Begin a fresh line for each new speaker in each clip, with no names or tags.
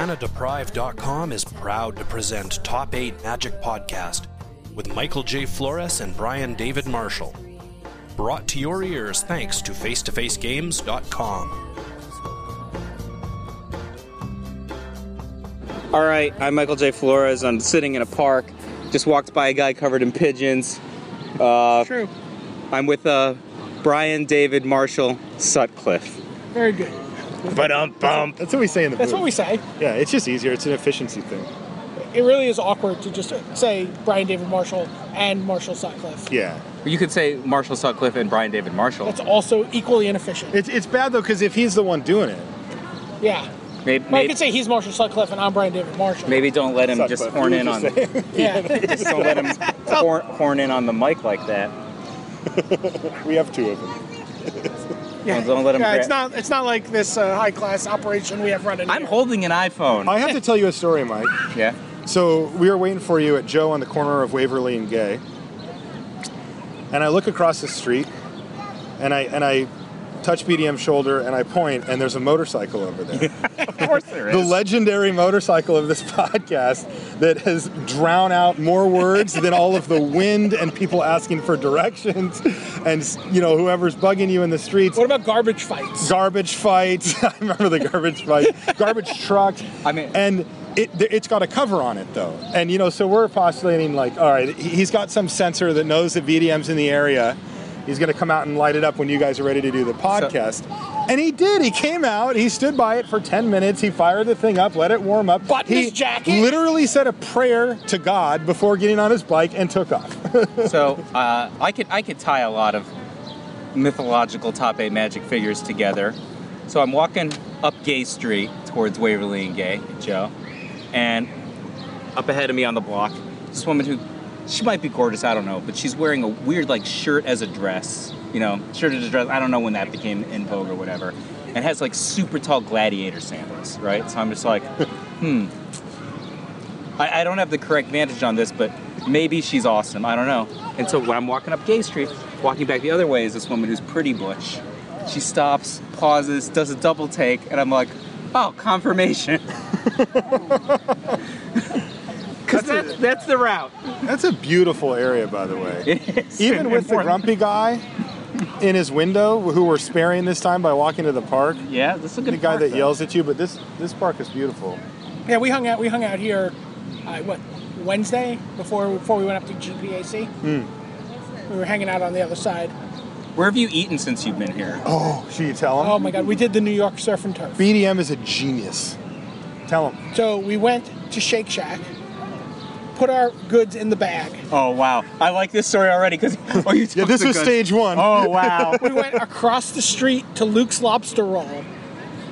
ManaDeprived.com is proud to present Top 8 Magic Podcast with Michael J. Flores and Brian David Marshall. Brought to your ears thanks to FaceToFaceGames.com.
All right, I'm Michael J. Flores. I'm sitting in a park. Just walked by a guy covered in pigeons. Uh,
True.
I'm with uh, Brian David Marshall Sutcliffe.
Very good.
But um, bump. That's what we say in the
That's
booth.
what we say.
Yeah, it's just easier. It's an efficiency thing.
It really is awkward to just say Brian David Marshall and Marshall Sutcliffe.
Yeah.
You could say Marshall Sutcliffe and Brian David Marshall.
That's also equally inefficient.
It's it's bad though because if he's the one doing it,
yeah.
Maybe,
Well, I
maybe,
could say he's Marshall Sutcliffe and I'm Brian David Marshall.
maybe don't let him
Sutcliffe.
just horn in on.
Just say-
Yeah.
just don't let him horn, horn in on the mic like that.
we have two of them.
yeah.
Don't let him
yeah,
grab-
it's not. It's not like this uh, high class operation we have running.
I'm
here.
holding an iPhone.
I have to tell you a story, Mike.
yeah.
So we were waiting for you at Joe on the corner of Waverly and Gay, and I look across the street, and I and I touch BDM shoulder and I point, and there's a motorcycle over there.
Of course there
the legendary motorcycle of this podcast that has drowned out more words than all of the wind and people asking for directions and you know whoever's bugging you in the streets
What about garbage fights?
garbage fights i remember the garbage fight garbage trucks
I mean-
and it, th- it's got a cover on it though and you know so we're postulating like all right he- he's got some sensor that knows that vdm's in the area he's going to come out and light it up when you guys are ready to do the podcast and he did he came out he stood by it for 10 minutes he fired the thing up let it warm up
Button
he
his jacket?
literally said a prayer to god before getting on his bike and took off
so uh, I could I could tie a lot of mythological top eight magic figures together. So I'm walking up Gay Street towards Waverly and Gay, Joe, and up ahead of me on the block, this woman who she might be gorgeous, I don't know, but she's wearing a weird like shirt as a dress, you know, shirt as a dress. I don't know when that became in vogue or whatever, and has like super tall gladiator sandals, right? So I'm just like, I, I don't have the correct vantage on this, but maybe she's awesome. I don't know. And so when I'm walking up Gay Street, walking back the other way is this woman who's pretty butch. She stops, pauses, does a double take, and I'm like, oh, confirmation. Because that's, that's the route.
that's a beautiful area by the way
It is.
even with the
Important.
grumpy guy in his window, who we're sparing this time by walking to the park,
Yeah, this is a good
the guy
park,
that
though.
yells at you. But this this park is beautiful.
Yeah, we hung out. We hung out here. Uh, what Wednesday before before we went up to GPAC. We were hanging out on the other side.
Where have you eaten since you've been here?
Oh, should you tell him?
Oh my God! We did the New York Surf and Turf.
BDM is a genius. Tell him.
So we went to Shake Shack, put our goods in the bag.
Oh, wow. I like this story already because. Oh, you
Yeah,
took
this
the
was
good-
stage one.
Oh, wow.
We went across the street to Luke's Lobster Roll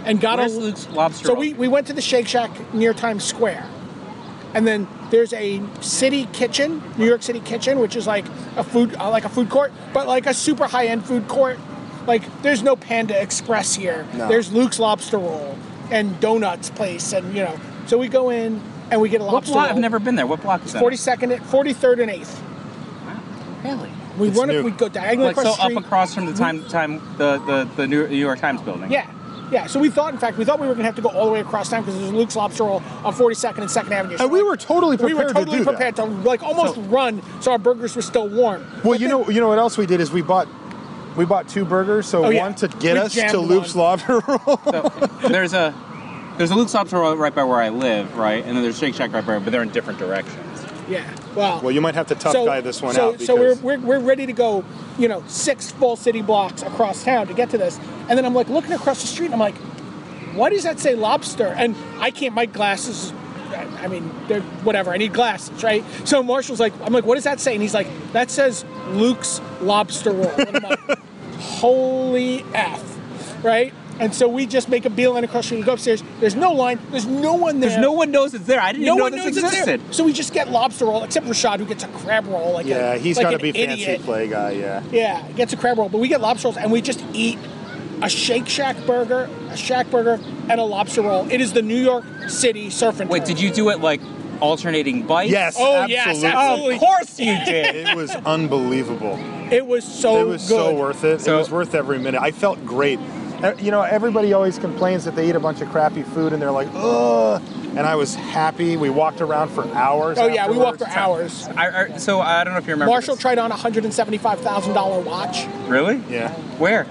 and got
Where's
a
Luke's lobster?
So
roll?
we, we went to the Shake Shack near Times Square. And then there's a city kitchen, New York City kitchen, which is like a food uh, like a food court, but like a super high-end food court. Like there's no Panda Express here.
No.
There's Luke's Lobster Roll and Donuts place and you know. So we go in and we get a
What
lobster
block?
roll.
I've never been there. What block is that?
42nd, 43rd and 8th.
Really?
We
It's
run
new.
up, we go diagonally
like
across
so
the street.
up across from the Mm-hmm. time time the, the, the New York Times building.
Yeah, yeah. So we thought, in fact, we thought we were going to have to go all the way across town because there's Luke's Lobster Roll on 42nd and 2nd Avenue. So
And we
like,
were totally
we
prepared
were totally
to do that.
prepared to like almost run, so our burgers were still warm.
Well, you know, you know what else we did is we bought we bought two burgers. So
Oh,
one
yeah.
to get
We
us
jammed
to Loop's Lobster Roll.
So there's a there's a Luke's Lobster Roll right by where I live, right, and then there's Shake Shack right by, but they're in different directions.
Yeah. Well.
well, you might have to tough
so,
guy this one
so,
out.
so we're,
because-
we're, we're ready to go, you know, six full city blocks across town to get to this. And then I'm like looking across the street and I'm like, why does that say lobster? And I can't, my glasses, I I mean, they're whatever, I need glasses, right? So Marshall's like, I'm like, what does that say? And he's like, that says Luke's Lobster Roll. And I'm like, holy F, right? And so we just make a beeline across the street. We go upstairs. There's no line. There's no one there.
There's no one knows it's there. I didn't
No
even know
one
this
knows it's there.
existed.
So we just get lobster roll, except Rashad, who gets a crab roll. Like
yeah,
a,
he's
like
got to
an
be
idiot.
fancy play guy. Yeah.
Yeah, gets a crab roll, but we get lobster rolls and we just eat a Shake Shack burger, a Shack burger, and a lobster roll. It is the New York City surf and
Wait,
turf.
did you do it like alternating bites?
Yes.
Oh yes,
absolutely.
absolutely.
Of course you did.
It was unbelievable.
It was so
it was
Oh, good.
so worth it.
So-
it was worth every minute. I felt great. Uh, You know, everybody always complains that they eat a bunch of crappy food and they're like, ugh. And I was happy. We walked around for hours.
Oh yeah, we walked
afterwards.
for hours.
I, I, so I don't know if you remember.
Marshall
this.
tried on a hundred and seventy-five thousand dollar watch.
Really?
Yeah.
Where?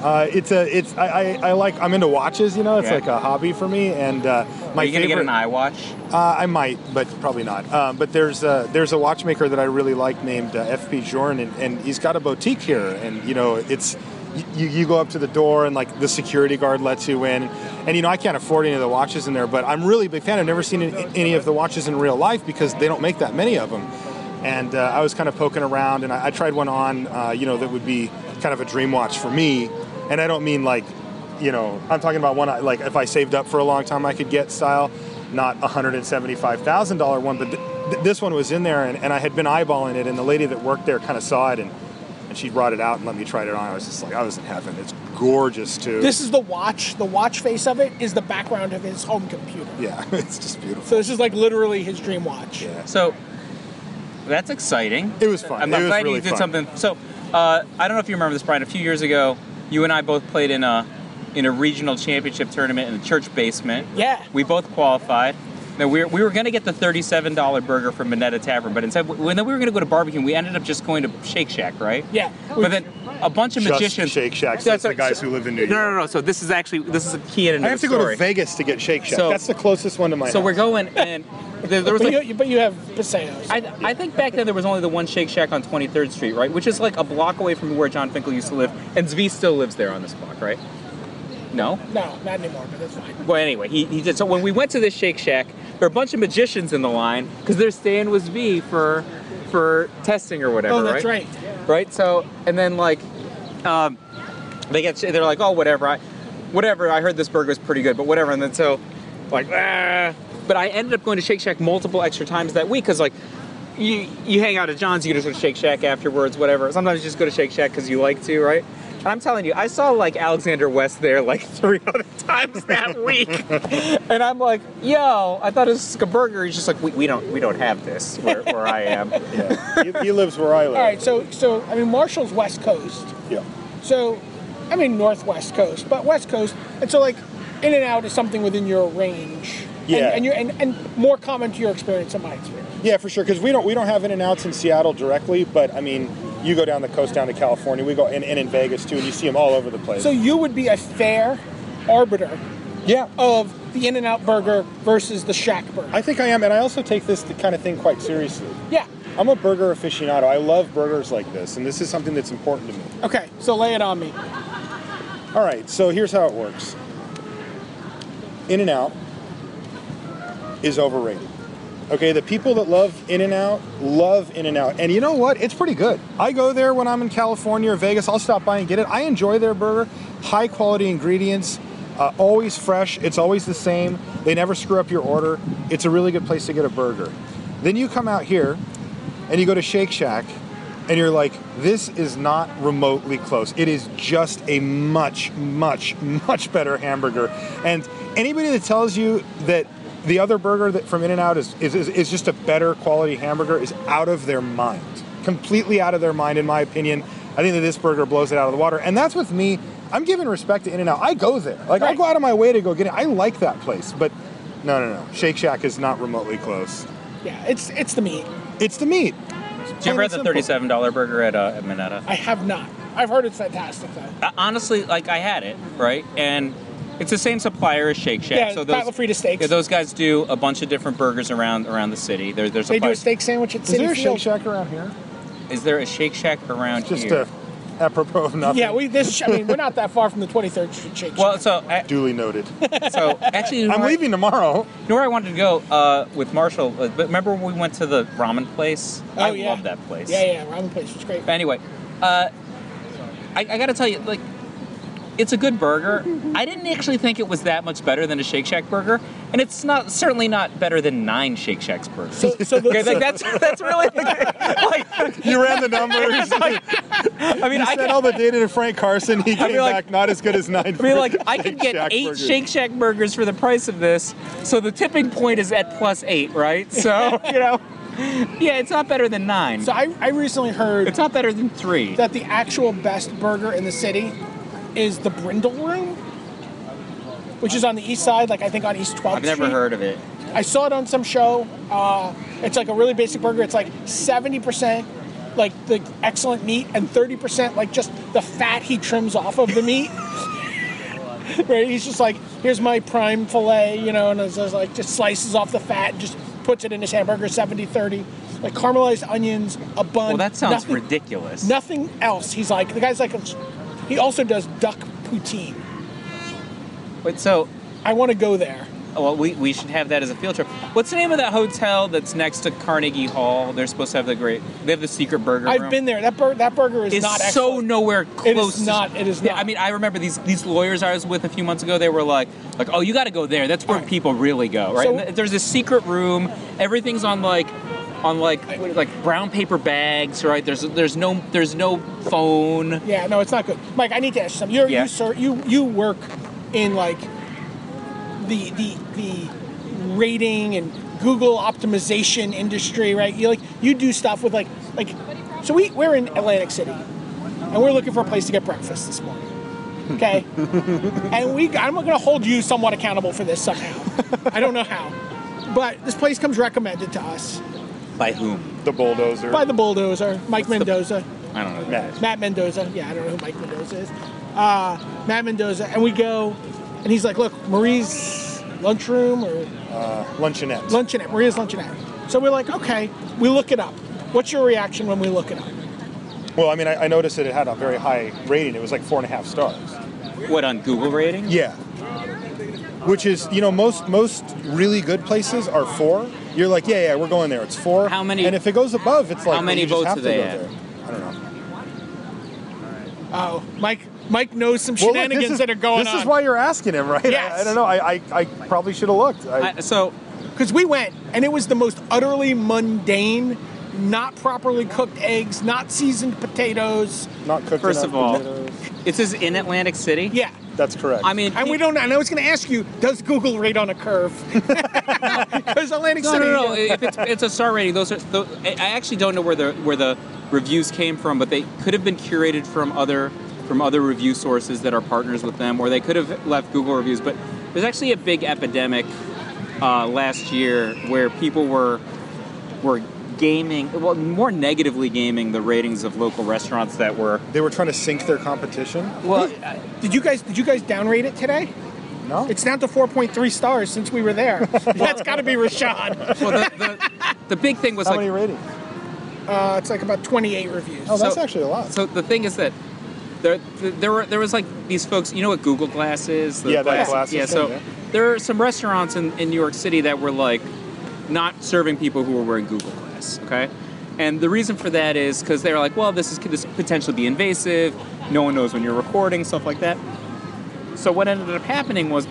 Uh, it's a, it's, I, I, I like, I'm into watches, you know, it's
Okay.
like a hobby for me. And uh, my
Are you gonna
favorite,
get an eye watch?
Uh, I might, but probably not. Um, but there's a, there's a watchmaker that I really like named uh, FP Jorn, and, and he's got a boutique here. And you know, it's you, you go up to the door, and like the security guard lets you in. And you know, I can't afford any of the watches in there, but I'm really a big fan. I've never seen any, any of the watches in real life because they don't make that many of them. And uh, I was kind of poking around, and I, I tried one on, uh, you know, that would be kind of a dream watch for me. And I don't mean like you know, I'm talking about one I- like if I saved up for a long time, I could get style, not a hundred and seventy-five thousand dollar one. But th- th- this one was in there, and, and I had been eyeballing it, and the lady that worked there kind of saw it, and, and she brought it out and let me try it on. I was just like, I was in heaven. It's gorgeous too.
This is the watch. The watch face of it is the background of his home computer.
yeah, it's just beautiful.
So this is like literally his dream watch.
Yeah.
So that's exciting.
It was fun.
I'm,
It
I'm
was
glad
really
you did
fun.
something. So uh, I don't know if you remember this, Brian. A few years ago, you and I both played in a in a regional championship tournament in the church basement.
Yeah.
We both qualified. Now we were, we were going to get the thirty-seven dollar burger from Minetta Tavern, but instead, when then we were going to go to barbecue, we ended up just going to Shake Shack, right?
Yeah.
But then a bunch of
Just
magicians.
Shake Shacks. That's the guys who live in New
No, no, no. So this is actually this is a key in
I
another
have to go to
story.
Vegas to get Shake Shack.
So-
That's the closest one to my.
So
house.
we're going, and there, there was
But
like
you, but you have Paseos.
I, I think back then there was only the one Shake Shack on 23rd Street, right? Which is like a block away from where John Finkel used to live, and Zvi still lives there on this block, right? No.
no, not anymore. But that's fine.
Well, anyway, he, he did. So when we went to this Shake Shack, there were a bunch of magicians in the line because their stand was V for for testing or whatever.
Oh, that's
right.
right.
Right. So and then like, um, they get they're like, oh, whatever. I, whatever. I heard this burger was pretty good, but whatever. And then so, like, ah. But I ended up going to Shake Shack multiple extra times that week because like. You, you hang out at John's, you can just go to Shake Shack afterwards, whatever. Sometimes you just go to Shake Shack because you like to, right? And I'm telling you, I saw like Alexander West there like three other times that week. And I'm like, yo, I thought it was a burger. He's just like, we, we don't we don't have this where, where I am.
Yeah. he, he lives where I live.
All right. So so I mean Marshall's West Coast.
Yeah.
So I mean Northwest Coast, but West Coast. And so like in and out is something within your range. And-
Yeah.
And, you and, and more common to your experience than my experience.
Yeah, for sure. Because we don't we don't have in and outs in Seattle directly, but I mean, you go down the coast down to California. We go and, and in Vegas too, and you see them all over the place.
So you would be a fair arbiter
yeah,
of the In-N-Out burger versus the Shack burger.
I think I am, and I also take this kind of thing quite seriously.
yeah.
I'm a burger aficionado. I love burgers like this, and this is something that's important to me.
Okay. So lay it on me.
All right, so here's how it works. In and out is overrated. Okay, the people that love In and Out love In and Out. And you know what? It's pretty good. I go there when I'm in California or Vegas. I'll stop by and get it. I enjoy their burger. High quality ingredients, uh, always fresh. It's always the same. They never screw up your order. It's a really good place to get a burger. Then you come out here and you go to Shake Shack and you're like, this is not remotely close. It is just a much, much, much better hamburger. And anybody that tells you that the other burger that from In N Out is, is, is, is just a better quality hamburger is out of their mind. Completely out of their mind, in my opinion. I think that this burger blows it out of the water. And that's with me. I'm giving respect to In N Out. I go there. Like, I'll
Right.
go out of my way to go get it. I like that place. But no, no, no. Shake Shack is not remotely close.
Yeah. It's it's the meat.
It's the meat.
Did you ever have the
Plain and
thirty-seven dollar burger at uh, at Minetta?
I have not. I've heard it's fantastic though.
I- honestly, like I had it right, and it's the same supplier as Shake Shack.
Yeah,
so those,
Battle Frita Steaks.
Yeah, those guys do a bunch of different burgers around around the city. There, there's
They do a steak sandwich at
Is
City
there a
Field.
Shake Shack around here?
Is there a Shake Shack around
Just
here?
uh apropos of nothing.
Yeah, we this. I mean, we're not that far from the 23rd Street Shake Shack.
well, so I-
Duly noted.
so actually, you know
I'm
what?
leaving tomorrow.
You know where I wanted to go uh, with Marshall, uh, but remember when we went to the ramen place?
oh,
I
yeah.
love that place.
Yeah, yeah, ramen place was great.
But anyway, uh, I, I gotta tell you, like, it's a good burger. I didn't actually think it was that much better than a Shake Shack burger, and it's not certainly not better than nine Shake Shacks burgers.
So, so the,
okay, like that's that's really like,
You ran the numbers.
I mean
you
I
sent
could,
all the data to Frank Carson. He came
mean, like-
back not as good as nine.
I mean, like I
Shake
could get
Shack
eight
burgers.
Shake Shack burgers for the price of this, so the tipping point is at plus eight, right? So you know, yeah, it's not better than nine.
so I, I recently heard
It's not better than three.
that the actual best burger in the city is the Brindle Room, which is on the east side, like I think on East 12th
I've never
Street.
heard of it.
I saw it on some show. Uh, it's like a really basic burger. It's like 70% like the excellent meat and 30% like just the fat he trims off of the meat. right? He's just like, here's my prime filet, you know, and it's just like just slices off the fat and just puts it in his hamburger 70 30. Like caramelized onions, a bun.
Well, that sounds
nothing-
ridiculous.
Nothing else. He's like, the guy's like, a, he also does duck poutine.
But so,
I want to go there.
oh, well, we, we should have that as a field trip. What's the name of that hotel that's next to Carnegie Hall? They're supposed to have the great. They have the secret burger.
I've
room.
been there. That, bur- that burger is
It's
not excellent.
so nowhere
It is
close. to-
not- it is
Yeah,
not.
I mean, I remember these these lawyers I was with a few months ago. They were like, like, oh, you got to go there. That's where people really go, right?
So-
And th- There's a secret room. Everything's on like, on like what- like brown paper bags, right? There's there's no there's no phone.
Yeah, no, it's not good. Mike, I need to ask you something. You're,
Yeah.
You sir, you you work in like the the the rating and Google optimization industry, right? You like you do stuff with like like so we we're in Atlantic City and we're looking for a place to get breakfast this morning. Okay? and we I'm going to hold you somewhat accountable for this somehow. I don't know how. But this place comes recommended to us
By whom?
The bulldozer.
by the bulldozer, Mike Mendoza.
I don't know. who that
Matt.
is.
Matt Mendoza. Yeah, I don't know who Mike Mendoza is. Uh, Matt Mendoza, and we go, and he's like, "Look, Marie's lunchroom or
Luncheonette.
luncheonette. Maria's luncheonette." So we're like, "Okay." We look it up. What's your reaction when we look it up?
well, I mean, I, I noticed that it had a very high rating. It was like four and a half stars.
What on Google rating?
Yeah. Which is, you know, most most really good places are four. You're like, yeah, yeah, we're going there. It's four.
How many-
And if it goes above, it's like
How many
you just
votes
have
do
to
they
go
have?
there. I don't know.
Oh, Mike. Mike knows some
Well, look,
shenanigans
this is,
that are going
this
on.
is why you're asking him, right? I-
Yes.
I, don't know. I, I, I probably should have looked. I,
I, so
Because we went, and it was the most utterly mundane, not properly cooked eggs, not seasoned potatoes.
not cooked
First
enough
of all-
potatoes.
it's is in Atlantic City.
Yeah.
that's correct.
I mean,
And we don't. And I was going to ask you, does Google rate on a curve? Because Atlantic
No,
City.
no, no. if it's, it's a star rating, those are. Those, I I actually don't know where the where the reviews came from, but they could have been curated from other from other review sources that are partners with them, or they could have left Google reviews. But there's actually a big epidemic uh, last year where people were were gaming, well, more negatively gaming the ratings of local restaurants that were.
they were trying to sink their competition.
Well,
Did you guys did you guys downrate it today?
No,
It's down to 4.3 stars since we were there. That's got to be Rashad.
well the, the, the big thing was
how
like
many ratings?
Uh, it's like about 28 reviews.
Oh, that's
So-
actually a lot.
So the thing is that there, th- there were there was like these folks. You know what Google Glass is? The
Yeah, that
glasses-
glasses
Yeah.
thing,
So
yeah.
there are some restaurants in, in New York City that were like not serving people who were wearing Google Glass. Okay. And the reason for that is because they were like, well, this is could this potentially be invasive. No one knows when you're recording, stuff like that. So what ended up happening was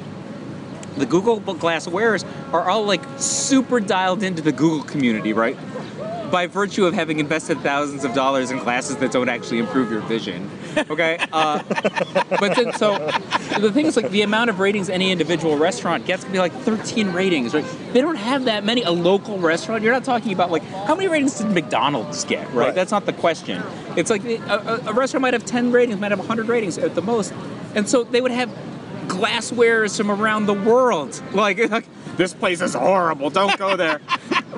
the Google Glass wearers are all like super dialed into the Google community, right? By virtue of having invested thousands of dollars in glasses that don't actually improve your vision. Okay? Uh, but then, so the thing is, like, the amount of ratings any individual restaurant gets can be like 13 ratings, right? They don't have that many. A local restaurant, you're not talking about, like, how many ratings did McDonald's get, right?
Right.
That's not the question. It's like a, a, a restaurant might have 10 ratings, might have 100 ratings at the most. And so they would have glasswares from around the world. Like, like this place is horrible. Don't go there.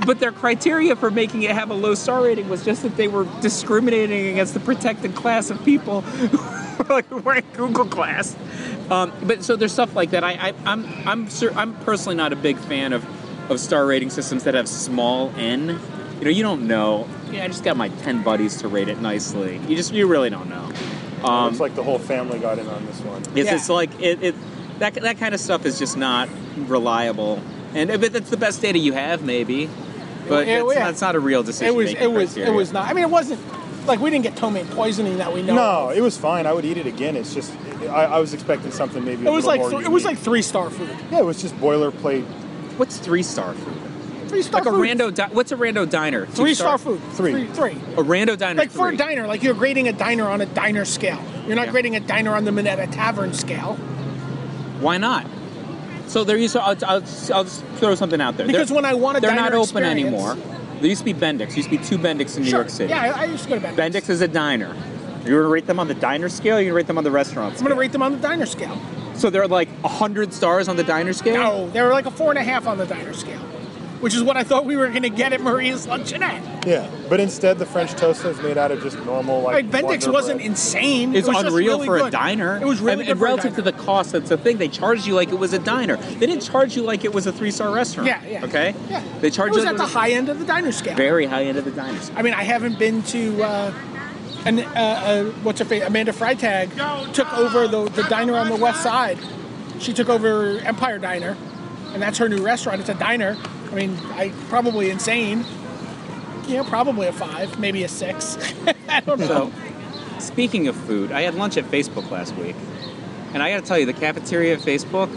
but their criteria for making it have a low star rating was just that they were discriminating against the protected class of people who were, like wearing Google Glass. Um, but so there's stuff like that. I, I I'm I'm cer- I'm personally not a big fan of of star rating systems that have small n. You know, you don't know. Yeah, I just got my ten buddies to rate it nicely. You just you really don't know. Um,
it's like the whole family got in on this one.
it's
Yeah.
it's like it, it that that kind of stuff is just not reliable. And but that's the best data you have, maybe. But
Yeah,
it's,
yeah.
that's not a real decision.
It was it was it was not. I mean, it wasn't like we didn't get ptomaine poisoning that we know.
No,
of.
it was fine. I would eat it again. It's just I, I was expecting something maybe.
it was like
more
th- it was like
unique.
three star food.
yeah, it was just boilerplate
What's three star food?
Three star
Like a
food.
rando. Di- what's a rando diner? Two
three star food.
Three.
three. three.
A rando diner.
Like for
three.
a diner, like you're grading a diner on a diner scale. You're not
Yeah.
grading a diner on the Minetta Tavern scale.
Why not? So there used to. I'll, I'll, I'll just throw something out there.
Because
They're-
when I want a
they're
diner
not open
experience-
anymore. There used to be Bendix. There used to be two Bendix in New
Sure.
York City.
Yeah, I, I used to go to Bendix.
Bendix is a diner. You want to rate them on the diner scale? Or you rate them on the restaurant
I'm
scale?
going to rate them on the diner scale.
So they're like hundred stars on the diner scale.
No, they were like a four and a half on the diner scale, which is what I thought we were going to get at Maria's Luncheonette.
Yeah, but instead the French toast is made out of just normal like.
Like, Bendix
Wonder
wasn't
bread.
insane.
It's
it was just
unreal
really
for a
good.
diner.
It was really
and,
good
and
for a
relative to
diner.
the cost. That's the thing. They charged you like it was a diner. They didn't charge you like it was a three-star restaurant.
Yeah, yeah.
Okay.
Yeah.
They charged
it was
you
at
like
the high end of the diner scale.
very high end of the diner.
I mean, I haven't been to. Uh, and uh, uh, what's her face? Amanda Freitag took over the, the diner on the west side. She took over Empire Diner, and that's her new restaurant. It's a diner. I mean, I probably insane. Yeah, probably a five, maybe a six. I don't know.
So, speaking of food, I had lunch at Facebook last week, and I got to tell you, the cafeteria at Facebook,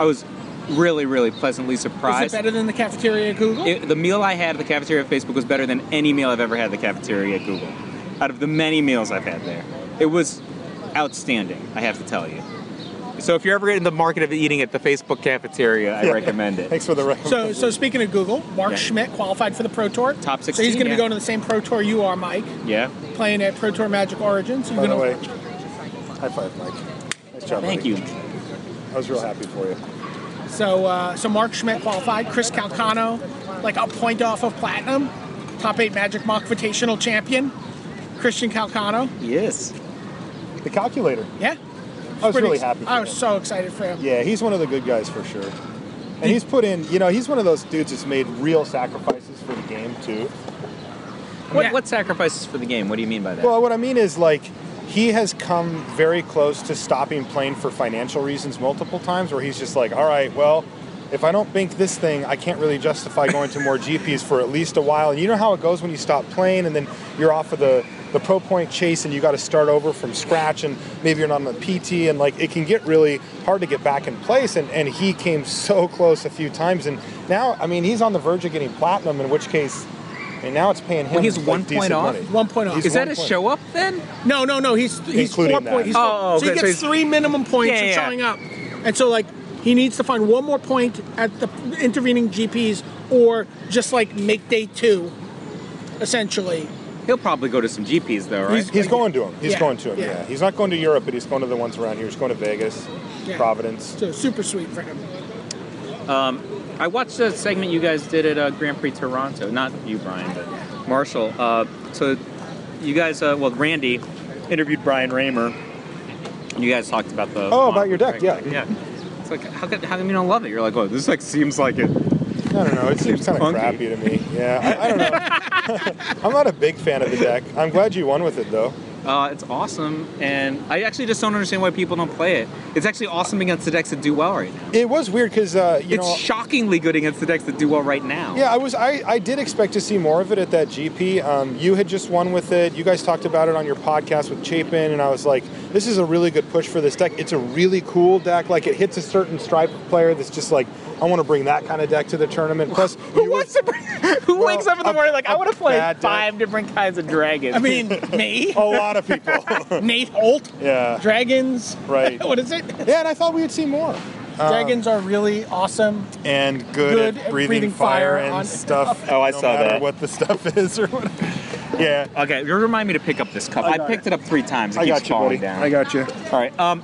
I was really, really pleasantly surprised.
Is it better than the cafeteria at Google?
It- the meal I had at the cafeteria at Facebook was better than any meal I've ever had at the cafeteria at Google. Out of the many meals I've had there, it was outstanding. I have to tell you. So if you're ever in the market of eating at the Facebook cafeteria, I recommend it.
Thanks for the recommendation.
so, so speaking of Google, Mark
Yeah.
Schmidt qualified for the Pro Tour.
Top
So
16,
he's going to
yeah.
be going to the same Pro Tour you are, Mike,
Yeah.
playing at Pro Tour Magic Origins. You're
By the
gonna-
way, high five, Mike. Nice job.
Thank
buddy.
you.
I was real happy for you.
So, uh, so Mark Schmidt qualified. Chris Calcano, like a point off of platinum, top eight Magic Mock Invitational champion. Christian Calcano.
Yes.
The calculator.
Yeah,
I was
Pretty
really
ex-
happy. For
I was
him.
so excited for him.
Yeah, he's one of the good guys for sure. And he's put in, you know, he's one of those dudes that's made real sacrifices for the game too.
What,
Yeah.
what sacrifices for the game? What do you mean by that?
Well, what I mean is like he has come very close to stopping playing for financial reasons multiple times where he's just like, all right, well, if I don't bank this thing, I can't really justify going to more GPs for at least a while. And you know how it goes when you stop playing and then you're off of the, the pro point chase and you got to start over from scratch and maybe you're not on the PT and like it can get really hard to get back in place. And, and he came so close a few times. And now, I mean, he's on the verge of getting platinum, in which case, and now it's paying him
Well, he's
like,
one point
decent
off.
money.
One point off.
He's
is that
one
a
point.
show up then?
No, no, no. He's he's
Including
four
that.
point. He's
Oh,
four-
oh,
so he
okay, so
gets
he's-
three minimum points
Yeah,
for
yeah.
showing up, and so like he needs to find one more point at the intervening GPS or just like make day two, essentially.
He'll probably go to some GPs though, right?
He's going to him. He's
Yeah,
going to him. Yeah.
yeah.
He's not going to Europe, but he's going to the ones around here. He's going to Vegas,
Yeah.
Providence.
So super sweet for him.
I watched a segment you guys did at uh, Grand Prix Toronto. Not you, Brian, but Marshall. Uh, so you guys, uh, well, Randy interviewed Brian Raymer. And you guys talked about the
Oh, about your deck, yeah.
yeah. It's like how could, how come you don't love it? You're like, oh, this like seems like it.
I don't know. It seems kind of
funky.
crappy to me. Yeah, I, I don't know. I'm not a big fan of the deck. I'm glad you won with it though.
Uh, it's awesome, and I actually just don't understand why people don't play it. It's actually awesome against the decks that do well right now.
It was weird because uh, you
it's
know.
shockingly good against the decks that do well right now.
yeah, I was. I, I did expect to see more of it at that GP. Um, you had just won with it. You guys talked about it on your podcast with Chapin, and I was like, "This is a really good push for this deck. It's a really cool deck. Like, it hits a certain stripe of player that's just like, I want to bring that kind of deck to the tournament." Plus,
Who
you were-
wants to bring, Who
Well,
wakes up in the
a-
morning like I
a
want to play
bad deck.
five different kinds of dragons?
I mean, me,
a lot of people.
Nate Holt,
Oh. yeah.
dragons.
Right. Um,
what is it?
Yeah, and I thought we would see more.
dragons are really awesome.
And good,
Good
at breathing, fire, and
on-
stuff.
Oh, I
no
saw
matter
that.
What the stuff is or whatever. Yeah,
Okay, you remind me to pick up this cup.
I
I,
got
picked
it.
it. up three times. It
I
keeps
got you,
falling
buddy.
down.
I got you.
All right. Um,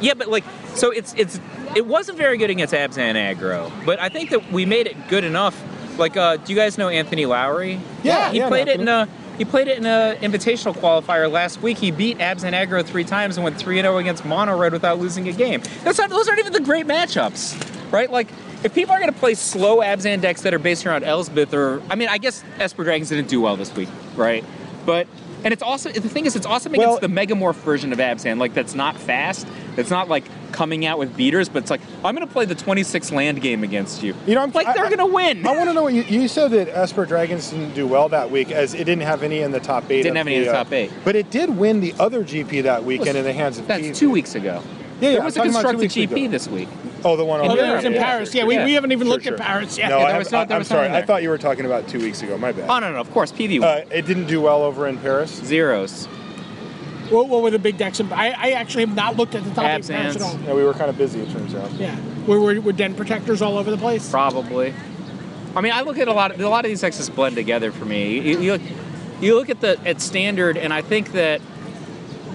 yeah, but like, so it's it's it wasn't very good against Abzan aggro, but I think that we made it good enough. Like, uh, do you guys know Anthony Lowry?
Yeah,
he
yeah,
played it in
Anthony.
a uh, he played it in a invitational qualifier last week. He beat Abzan aggro three times and went three and zero against Mono Red without losing a game. That's not those aren't even the great matchups, right? Like. If people are going to play slow Abzan decks that are based around Elspeth, or I mean, I guess Esper Dragons didn't do well this week, right? But and it's also the thing is, it's awesome against
Well,
the megamorph version of Abzan, like that's not fast, that's not like coming out with beaters, but it's like I'm gonna play the 26 land game against you.
You know, I'm-
like
I-
they're
I-
gonna win.
I want to know what you, you said that Esper Dragons didn't do well that week, as it didn't have any in the top eight.
Didn't
of
have any in the top eight.
But it did win the other GP that weekend in the hands of.
that's
Keith.
two weeks ago.
Yeah, yeah,
there
I'm
was a
talking about two
constructed
weeks ago.
GP this week.
Oh, the one.
Oh,
over
yeah,
there.
it was in
Paris. Yeah, we-
we
haven't even looked at Paris yet. Yeah,
No, I
there
haven't-
was no-
I-
there
I'm
was no
sorry.
one there.
I thought you were talking about two weeks ago. My bad.
Oh no, no, of course, PV
Uh, it didn't do well over in Paris.
zeros.
What, what were the big decks? I, I actually have not looked at the top eight pairs at
Absence.
all.
Yeah, we were kind of busy. It turns out.
Yeah, were, were, were den protectors all over the place?
Probably. I mean, I look at a lot of a lot of these X's blend together for me. You, you look, you look at the at standard, and I think that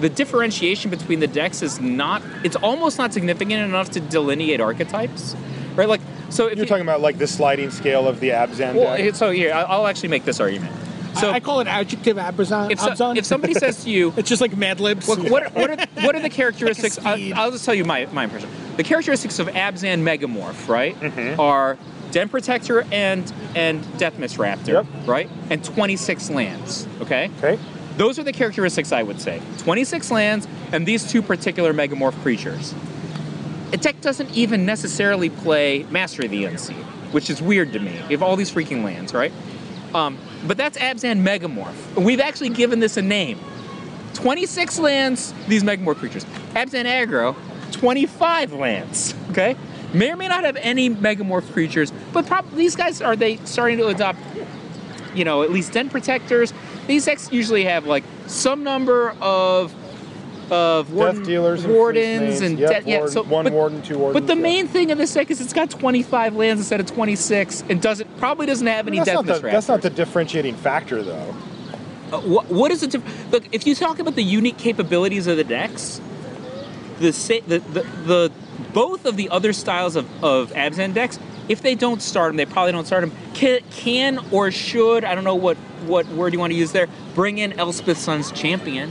the differentiation between the decks is not it's almost not significant enough to delineate archetypes right like so if
You're
you-
talking about like the sliding scale of the Abzan
well,
deck.
so here I- i'll actually make this argument so
I, I call it adjective abrazon.
if, so-
abzon.
if somebody says to you
it's just like Mad Libs.
Look, what, are- what, are, what are the characteristics? I, I'll just tell you my, my impression. The characteristics of Abzan Megamorph, right, are Den Protector and and Deathmiss Raptor,
Yep.
right, and 26 lands. Okay,
Okay.
those are the characteristics I would say. 26 lands and these two particular Megamorph creatures. A deck doesn't even necessarily play Master of the Unseen, which is weird to me. You have all these freaking lands, right? Um, but that's Abzan Megamorph. And we've actually given this a name. 26 lands, these Megamorph creatures. Abzan Aggro, 25 lands, okay? May or may not have any Megamorph creatures, but prob- these guys, are they starting to adopt you know, at least den protectors. These decks usually have like some number of of warden,
Death dealers, and
wardens,
priest
and,
mains. Yep,
de- yeah.
warden-
So
one
but,
warden, two wardens.
But the
yeah.
main thing of this deck is it's got 25 lands instead of 26, and doesn't probably doesn't have any
that's
death
not, the,
misrap.
that's not the differentiating factor, though.
Uh, what, what is the diff- look? If you talk about the unique capabilities of the decks, the sa- the, the the both of the other styles of of Abzan decks, if they don't start them, they probably don't start them. Can, can or should I don't know what what word you want to use there. Bring in Elspeth Sun's champion.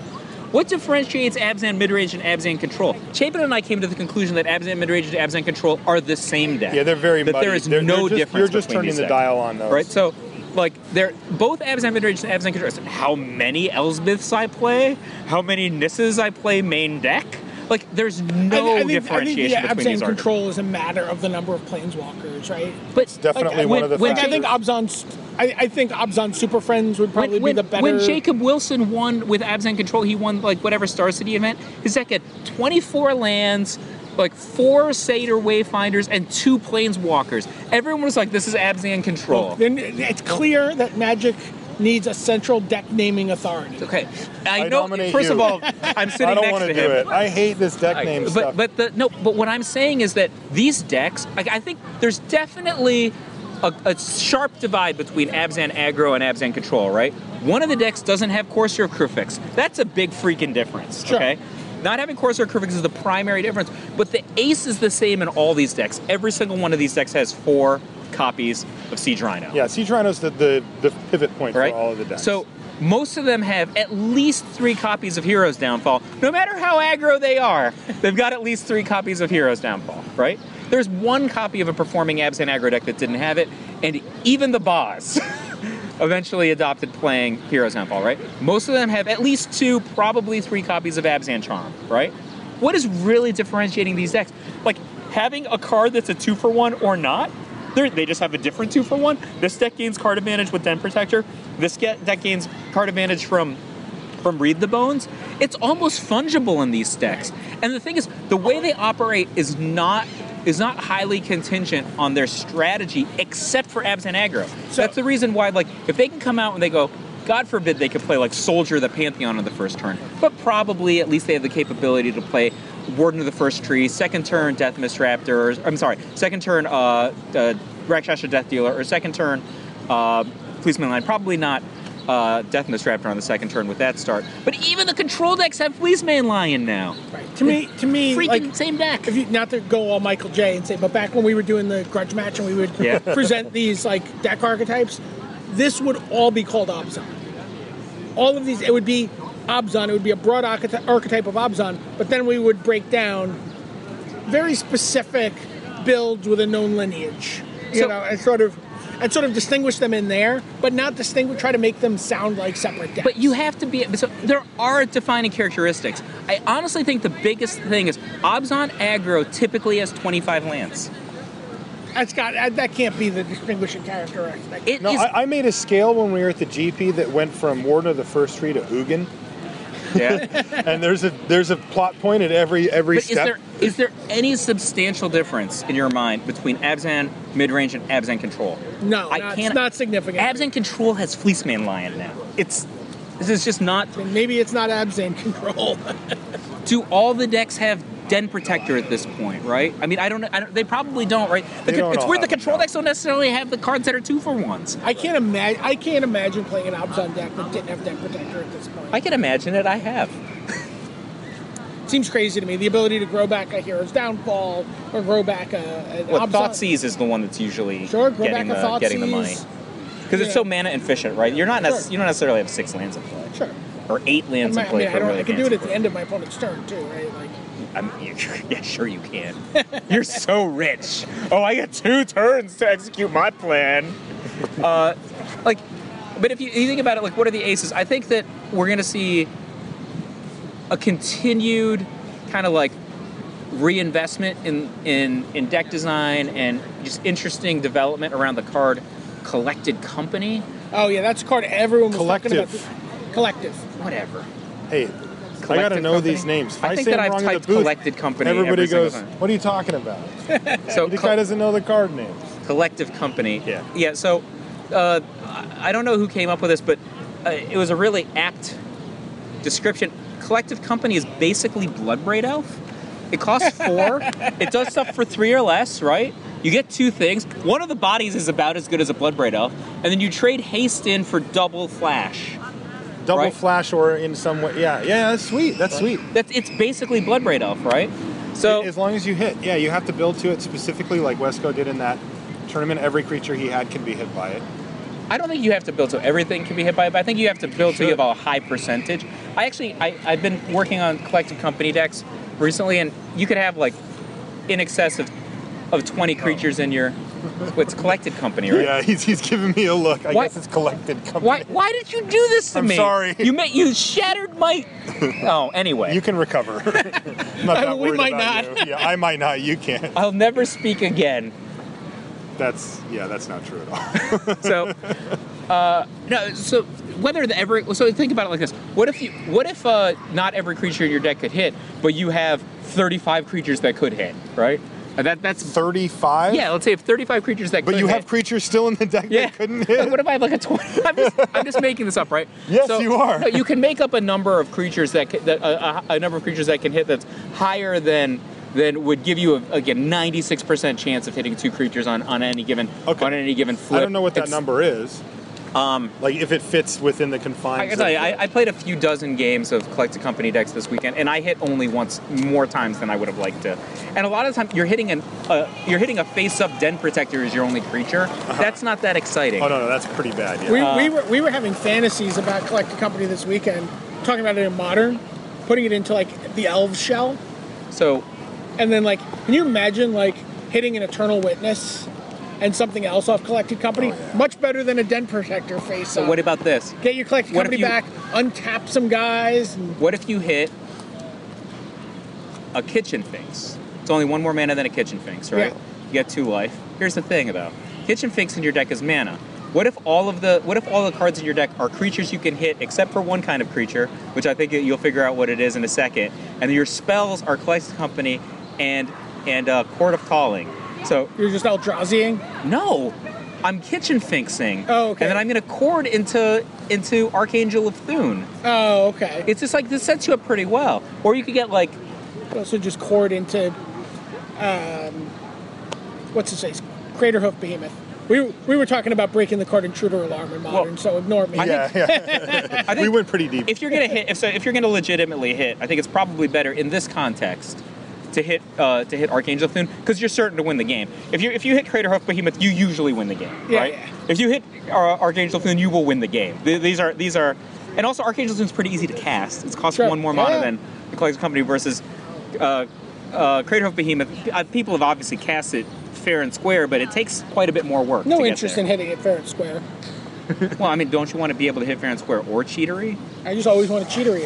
What differentiates Abzan midrange and Abzan control? Chapin and I came to the conclusion that Abzan midrange and Abzan control are the same deck.
Yeah, they're very
that
muddy.
there is
They're-
no
they're just-
difference.
You're just
between
turning
these
the
decks.
dial on those.
Right, so like they're both Abs and Midrange and Abs and Control. How many Elsbeths I play? How many Nisses I play main deck? Like there's
I,
no
I think,
Oh, differentiation
I think, yeah,
between
Abzan
these archetypes.
control is a matter of the number of planeswalkers, right?
But
definitely
Like,
one
when-
of the
when-
Like, I
factors.
think Abzon's. I, I think Abzon Super Friends would probably
when, when,
be the better.
when Jacob Wilson won with Abs and Control, he won like whatever Star City event. His deck had 24 lands, like four Seder Wayfinders, and two Planeswalkers. Everyone was like, "This is Abs and Control."
then it's clear that Magic needs a central deck naming authority.
okay, I,
I
know.
nominate
First of
you.
all, I'm sitting
I don't
next
want
to
to
him.
do it. I hate this deck name
but,
stuff.
But the no, but what I'm saying is that these decks, like I think there's definitely a, a sharp divide between Abzan aggro and Abzan control, right? One of the decks doesn't have Corsair of Crufix. That's a big freaking difference. Okay. Not having Corsair of Crufix is the primary difference, but the ace is the same in all these decks. Every single one of these decks has four copies of Siege Rhino
yeah, Siege Rhino's the, the, the pivot point
right?
for all of the decks.
So most of them have at least three copies of Heroes Downfall. No matter how aggro they are, they've got at least three copies of Heroes Downfall, right? There's one copy of a performing Absent aggro deck that didn't have it, and even the boss eventually adopted playing Heroes Downfall, right? Most of them have at least two, probably three copies of Abzan Charm, right? What is really differentiating these decks? Like having a card that's a two for one or not, they're- they just have a different two for one. This deck gains card advantage with Den Protector. This get, deck gains card advantage from from Read the Bones. It's almost fungible in these decks. And the thing is, the way they operate is not is not highly contingent on their strategy, except for Abs and Aggro. That's the reason why, like, if they can come out and they go, God forbid they could play like Soldier of the Pantheon on the first turn, but probably at least they have the capability to play Warden of the First Tree, second turn Death Misraptor, or, I'm sorry, second turn uh, uh, Rakshasha Death Dealer, or second turn uh, Policeman Line, probably not uh, Death Mist Raptor on the second turn with that start. But even the control decks have Fleeceman Lion now.
To me, to me,
Freaking
like
same deck.
if you not to go all Michael J and say, but back when we were doing the grudge match and we would
Yeah.
present these like deck archetypes, this would all be called Obzon. All of these, it would be Obzon. It would be a broad archety- archetype of Obzon, but then we would break down very specific builds with a known lineage. You
So-
know, and sort of. And sort of distinguish them in there, but not distinguish. Try to make them sound like separate decks.
But you have to be. So there are defining characteristics. I honestly think the biggest thing is Obzon aggro typically has 25 lands.
that's got that can't be the distinguishing characteristic.
It
no,
is-
I, I made a scale when we were at the GP that went from Warden of the First Tree to Hugin,
yeah.
and there's a there's a plot point at every every
but is
step.
there is there any substantial difference in your mind between Abzan midrange and Abzan control?
No,
I
not,
can't-
it's not significant.
Abzan control has Fleeceman Lion now. It's this is just not
And maybe it's not Abzan control.
do all the decks have den protector at this point right i mean i don't, I don't they probably don't right the,
They don't
it's
all
weird the
have them,
control
no.
decks don't necessarily have the cards that are two for ones
I can't imagine. I can't imagine playing an Abzan deck that didn't have deck protector at this point.
i can imagine it i have
seems crazy to me. The ability to grow back a hero's downfall or grow back a, an
Well,
Obzon-
Thoughtseize is the one that's usually
Sure, grow
getting,
back a
the, getting the money.
Thoughtseize.
Because it's
Yeah.
so mana efficient, right? You're not nec-
Sure.
you don't necessarily have six lands in play.
Sure.
Or eight
I,
lands
mean,
in play
I,
for
don't,
really
I can do it at the end of my opponent's turn too, right? Like,
I'm, yeah, sure you can. You're so rich. Oh, I got two turns to execute my plan. Uh, like, but if you, you think about it, like, what are the aces? I think that we're gonna see a continued kind of like reinvestment in in in deck design and just interesting development around the card collected company.
oh yeah, that's a card everyone was talking
Collective.
about. Collective.
Whatever.
Hey, I gotta
Collected
know
company?
these names. If
I
I,
think
say
that
them
I've
wrong in the
typed
booth,
collected company every
Everybody
single
goes,
time.
"What are you talking about?"
So
The
col-
guy doesn't know the card names.
collective company.
Yeah.
Yeah. So, uh, I I don't know who came up with this, but uh, it was a really apt description. Collective company is basically Bloodbraid Elf. It costs four. it does stuff for three or less, right? You get two things. One of the bodies is about as good as a Bloodbraid Elf, and then you trade haste in for double flash.
Double
Right.
flash or in some way. Yeah, yeah, that's sweet. That's sweet.
That's it's basically Bloodbraid Elf, right? So
As long as you hit, yeah, you have to build to it specifically, like Wesco did in that tournament. Every creature he had can be hit by it.
I don't think you have to build so everything can be hit by it, but I think you have to build so you have a high percentage. I actually, I, I've been working on collective company decks recently, and you could have like in excess of, of 20 creatures in your, what's collected company, right?
Oh. Yeah, he's, he's giving me a look. I
Why-
guess it's collected company.
Why, why did you do this to
I'm
me?
sorry.
You made, you shattered my, oh, anyway.
You can recover. I'm not that
We
worried
might
about
not.
you. Yeah, I might not. You can't.
I'll never speak again.
That's yeah. That's not true at all.
so uh, no so whether the every so think about it like this what if you what if uh, not every creature in your deck could hit but you have 35 creatures that could hit right And that that's
Thirty-five.
yeah let's say if 35 creatures that
But
could
you
hit,
have creatures still in the deck
yeah.
that couldn't hit.
What if I have like a 20? I'm just, I'm just making this up, right?
Yes, you are.
no, you can make up a number of creatures that, ca- that a, a, a number of creatures that can hit that's higher than than would give you a, again 96% chance of hitting two creatures on, on any given
Okay.
on any given flip.
I don't know what that
It's-
number is. Um, like if it fits within the confines.
I can tell you,
of the-
I, I played a few dozen games of collected company decks this weekend, and I hit only once more times than I would have liked to. And a lot of times, you're hitting an uh, you're hitting a face-up den protector as your only creature. That's not that exciting.
oh no, no, that's pretty bad. Yeah. Uh,
We,
Uh,
we, were, we were having fantasies about Collective Company this weekend, talking about it in modern, putting it into like the elf shell,
So
and then like, can you imagine like hitting an Eternal Witness and something else off Collected Company? Much better than a Den Protector face
so
up.
what about this?
Get your Collected
what if
Company
you-
back, untap some guys. And,
What if you hit a kitchen finks? It's only one more mana than a kitchen finks, right?
Yeah.
You get two life. Here's the thing though. Kitchen finks in your deck is mana. What if all of the what if all the cards in your deck are creatures you can hit except for one kind of creature, which I think you'll figure out what it is in a second, and your spells are Collected Company and and uh, Court of Calling. So
you're just Eldraziing.
no, I'm kitchen finksing.
Oh, okay.
And then I'm gonna cord into into Archangel of Thune.
Oh, okay.
It's just like this sets you up pretty well. Or you could get like
also just cord into, um, what's his face, Crater Hoof Behemoth. We, we were talking about breaking the card intruder alarm in modern,
Well,
so ignore me.
yeah, yeah.
I think
we went pretty deep.
if you're gonna hit, if so, if you're gonna legitimately hit, I think it's probably better in this context to hit uh, to hit Archangel Thune because you're certain to win the game. If you if you hit Crater Hoof Behemoth, you usually win the game,
Yeah,
right?
yeah.
If you hit uh, Archangel Thune, you will win the game. Th- these are these are, and also Archangel Thune's pretty easy to cast. It's cost
Sure.
one more mana
Yeah.
than the Collector's Company versus uh, uh, Crater Hoof Behemoth. Uh, people have obviously cast it fair and square, but it takes quite a bit more work. to
No
get
interest
there.
in hitting it fair and square.
Well, I mean, don't you want to be able to hit fair and square or cheatery?
I just always want to cheater you.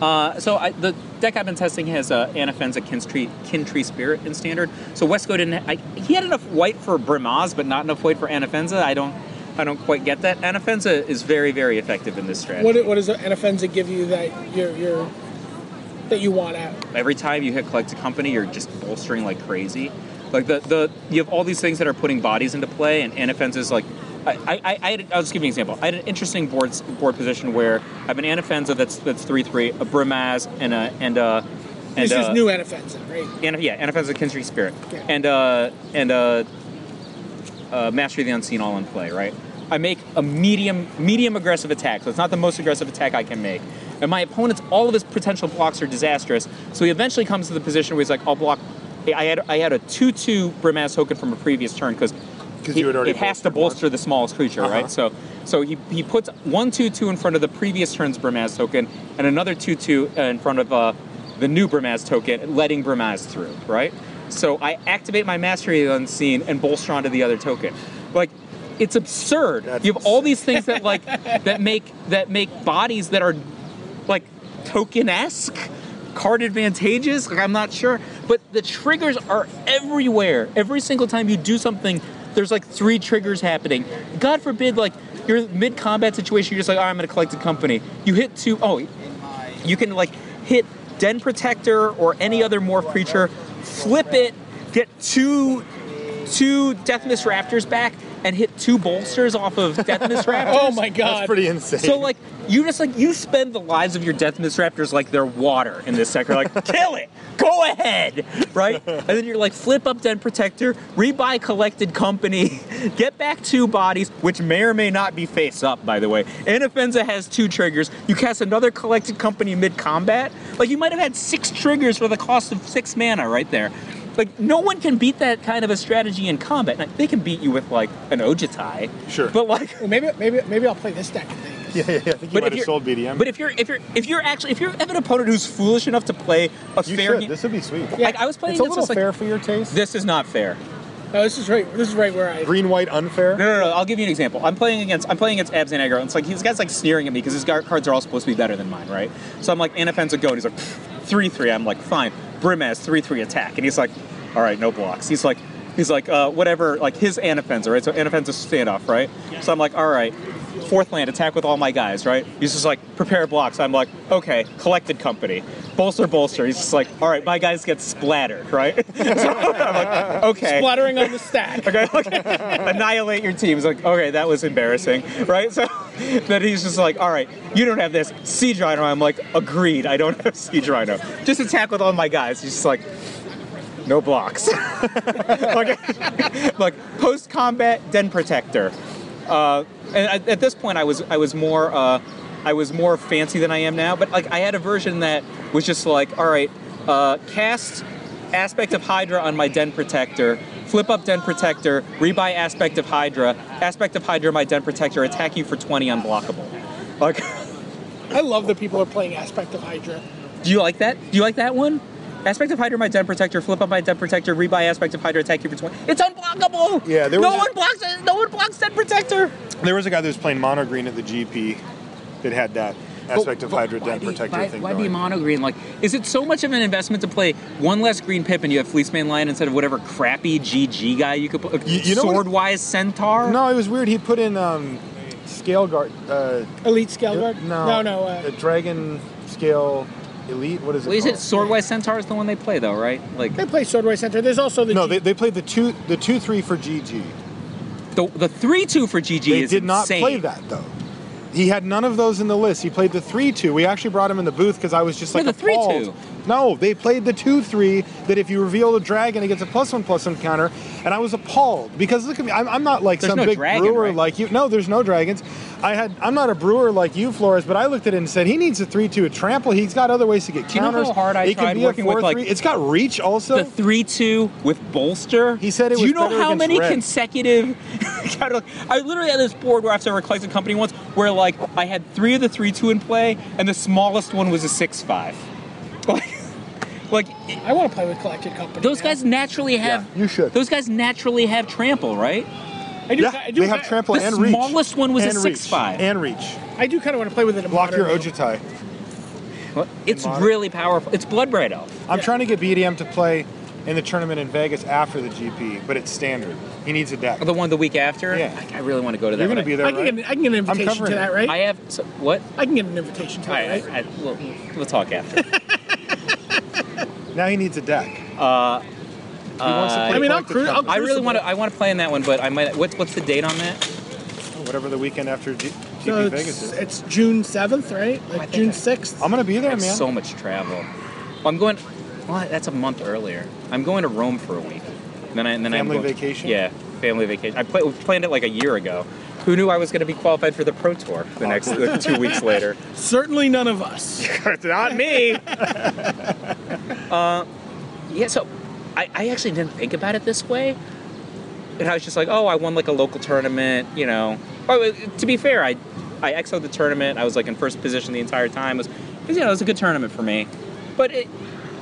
Uh, so I, the deck I've been testing has uh, Anafenza Kin Tree, Kin Tree Spirit in standard. So Wesco didn't. I, he had enough white for Brimaz, but not enough white for Anafenza. I don't. I don't quite get that. Anafenza is very, very effective in this strategy.
What, what does an offensive give you that you're, you're that you want out?
Every time you hit Collective Company, you're just bolstering like crazy. Like the the you have all these things that are putting bodies into play, and Anafenza is like. I, I, I had, I'll just give you an example. I had an interesting board board position where I have an Anafenza that's that's three three, a Brimaz, and a and a. And
This is
a-
new an offensive, right?
Anna, yeah, Anaphan's a kindred spirit,
Yeah.
and uh, and uh, uh, Mastery of the Unseen all in play, right? I make a medium medium aggressive attack, so it's not the most aggressive attack I can make, And my opponent's all of his potential blocks are disastrous. So he eventually comes to the position where he's like, I'll block. I had I had a two-two Brimaz Hoken from a previous turn because
'Cause you had already
it has to
bolstered
bolster the smallest creature, right? So so he, he puts one two-two in front of the previous turn's Brimaz token and another two-two uh, in front of uh, the new Brimaz token, letting Brimaz through, right? So I activate my Mastery of the Unseen and bolster onto the other token. Like it's absurd.
That's
you have all these things that like that make that make bodies that are like token esque, card advantageous. Like I'm not sure, but the triggers are everywhere. Every single time you do something, there's like three triggers happening. God forbid, like you're mid combat situation, you're just like, all right, I'm gonna collect a company. You hit two oh you can like hit Den Protector or any other morph creature, flip it, get two two Deathmiss Raptors back, and hit two bolsters off of Deathmiss Raptors.
Oh my god.
That's pretty insane.
So like you just like you spend the lives of your Deathmiss Raptors like they're water in this sector. Like kill it, go ahead, right? And then you're like flip up Den Protector, rebuy collected company, get back two bodies, which may or may not be face up by the way. Inofensa has two triggers. You cast another collected company mid combat. Like you might have had six triggers for the cost of six mana right there. Like no one can beat that kind of a strategy in combat. Like, they can beat you with like an Ojitai.
Sure.
But like
Well, maybe maybe maybe I'll play this deck. in Vegas.
yeah, yeah, yeah. I think you might have
you're-
sold BDM.
But if you're if you're if you're actually if you have an opponent who's foolish enough to play a
you
fair
should.
game,
This would be sweet.
like I was playing
It's a
this
little
was like
fair for your taste.
this is not fair.
No, this is right. This is right where I.
Green, white, unfair.
No, no, no. I'll give you an example. I'm playing against I'm playing against Abs and Aggro. And it's like these guys like sneering at me because his gar- cards are all supposed to be better than mine, right? So I'm like inoffensive go, and he's like three three. I'm like fine. Brimaz three three attack, and he's like, all right, no blocks. He's like he's like uh, whatever. Like his Anafenza, right? So Anafenza standoff, right? So I'm like, all right. Fourth land, attack with all my guys, right? He's just like, prepare blocks. I'm like, okay, collected company. Bolster, bolster. He's just like, all right, my guys get splattered, right? so I'm like, okay
Fluttering on the stack.
okay, okay. annihilate your team. It's like, okay, that was embarrassing, right? So then he's just like, all right, you don't have this siege rhino. I'm like, agreed, I don't have siege rhino. Just attack with all my guys. He's just like, no blocks. like, like post combat den protector. Uh, and at, at this point, I was I was more uh, I was more fancy than I am now. But like I had a version that was just like, all right, uh, cast aspect of Hydra on my den protector, flip up den protector, rebuy aspect of Hydra, aspect of Hydra my den protector, attack you for twenty unblockable. Like,
I love that people are playing Aspect of Hydra.
do you like that? Do you like that one? Aspect of Hydra, my Den Protector, flip up my Den Protector, rebuy Aspect of Hydra, attack you for 20. It's unblockable!
Yeah, there
no
was-
one blocks it! No one blocks Den Protector!
There was a guy that was playing mono green at the GP that had that aspect of
But
Hydra
why
Den
be-
Protector
why,
thing
why be
going.
mono green? Like, is it so much of an investment to play one less green pip and you have Fleeceman Lion instead of whatever crappy GG guy you could play?
You- you know what-
Sword Wise Centaur?
no, it was weird. He put in um, scale guard. Uh,
Elite Scale Guard?
No,
No, no.
a
Uh,
dragon scale elite. What is it?
Well, is
called?
it Sword Wise Centaur is the one they play, though, right? Like,
they play Swordway Center. There's also the.
No,
G-
they, they played the two the two three for GG.
the, the 3 2 for GG
They
is
did not
insane.
play that though. He had none of those in the list. He played the three two. We actually brought him in the booth because I was just
Yeah,
like
the 3-2.
appalled. No, they played the two three that if you reveal a dragon, it gets a plus one plus one counter, and I was appalled because look at me. I'm, I'm not like
There's
some
no
big
dragon,
brewer
right?
like you. No, there's no dragons. I had I'm not a brewer like you, Flores, but I looked at it and said he needs a three two a trample. He's got other ways to get
you know how
counters.
hard I
it
tried
can be a
working with,
four
like,
three. It's got reach also.
the three two with bolster.
He said it
Do you
was
know
better
how
against
many
red.
consecutive? God, look, I literally had this board where I've ever collected company once, where like I had three of the three two in play, and the smallest one was a six five. Like, like it-
I want to play with Collected Company.
those
now.
guys naturally have.
you should.
Those guys naturally have trample, right?
I do,
yeah,
I do,
they have trample
the
and reach.
smallest one was a
and reach,
6'5".
and reach.
I do kind of want to play with it. in
Block your
modern, though.
Ojitai.
It's
modern.
really powerful. It's Bloodbraid Elf.
I'm trying to get BDM to play in the tournament in Vegas after the GP, but it's standard. He needs a deck.
The one the week after.
Yeah.
I, I really want to go to that.
You're going to
one.
be there,
I can,
right?
get an, I can get an invitation
covering
to
it.
that, right?
I
I,
have so, what?
can get an invitation to
All
that,
right,
right?
I, I, we'll, we'll talk after.
now he needs a deck. Uh,
uh,
he wants to play
I mean, I'll
Collected
cru- I'll
Company,
I really want to. I want to play in that one, but I might. What, what's the date on that?
whatever the weekend after G- GP
so it's,
Vegas is.
it's June 7th, right?
I
Like
think
June
I-
6th.
I'm going to be there,
I have
man.
so much travel. Well, I'm going. Well, that's a month earlier. I'm going to Rome for a week. Then I. Then I'm
Family
going-
vacation?
yeah, family vacation. I pla- planned it like a year ago,
Who knew I was going to be qualified for the Pro Tour
Oh.
the next like, two weeks later?
Certainly none of us.
Not me.
Uh, Yeah, so I, I actually didn't think about it this way. And I was just like, oh, I won like a local tournament, you know. Oh, uh, to be fair, I I exoed the tournament. I was like in first position the entire time. It was, it was, you know, it was a good tournament for me. But it,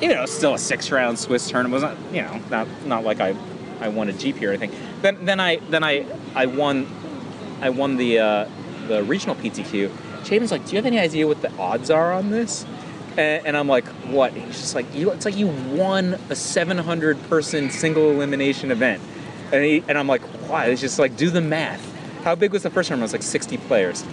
you know, still a six round Swiss tournament. It was not, you know, not not like I, I won a Jeep here or anything. Then then I then I I won, I won the uh, the regional PTQ. James like, do you have any idea what the odds are on this? And, and I'm like, what? He's just like, you. It's like you won a 700 person single elimination event, and he, and I'm like, why? It's just like, do the math. How big was the first tournament? It was like 60 players.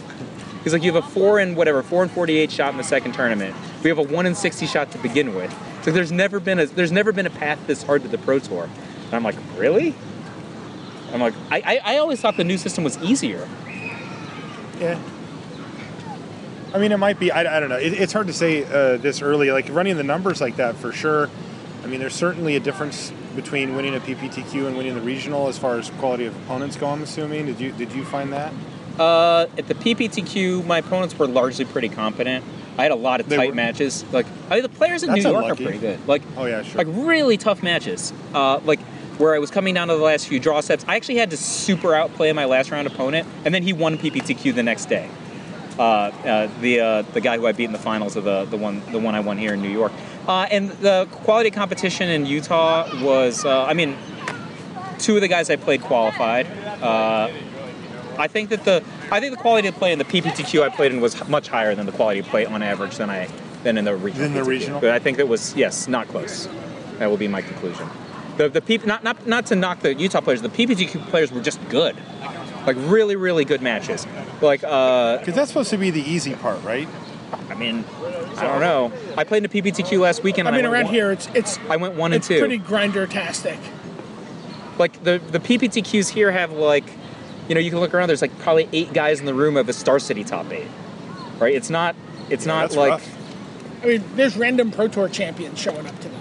He's like, you have a four and whatever, four and 48 shot in the second tournament. We have a one in 60 shot to begin with. So there's never been a there's never been a path this hard to the pro tour. And I'm like, really? I'm like, I, I, I always thought the new system was easier.
Yeah. I mean, it might be. I, I don't know. It, it's hard to say uh, this early. Like running the numbers like that for sure. I mean, there's certainly a difference between winning a PPTQ and winning the regional as far as quality of opponents go. I'm assuming. Did you did you find that?
Uh, at the PPTQ, my opponents were largely pretty competent. I had a lot of
They
tight
were-
matches. Like, I mean, the players in
That's
New York
unlucky.
are pretty good. Like,
Oh, yeah, sure.
Like really tough matches. Uh, like where I was coming down to the last few draw sets. I actually had to super outplay my last round opponent, and then he won PPTQ the next day. Uh, uh, the uh, the guy who I beat in the finals of the the one the one I won here in New York. Uh, and the quality competition in Utah was. Uh, I mean, two of the guys I played qualified. Uh, I think that the I think the quality of play in the PPTQ I played in was h- much higher than the quality of play on average than I than in the regional.
Than the
PTQ.
regional?
but I think it was yes, not close. That will be my conclusion. The the peop, not not not to knock the Utah players. The PPTQ players were just good, like really really good matches. Like uh,
Because that's supposed to be the easy part, right?
I mean, I don't know. I played in a PPTQ last weekend.
I
and
mean,
went
around
one-
here, it's it's
I went one and
it's
two.
pretty grinder tastic.
like the the PPTQs here have like, you know, you can look around. There's like probably eight guys in the room of a Star City top eight, right? It's not it's
Yeah,
not
that's
like
rough.
I mean, there's random pro tour champions showing up to them.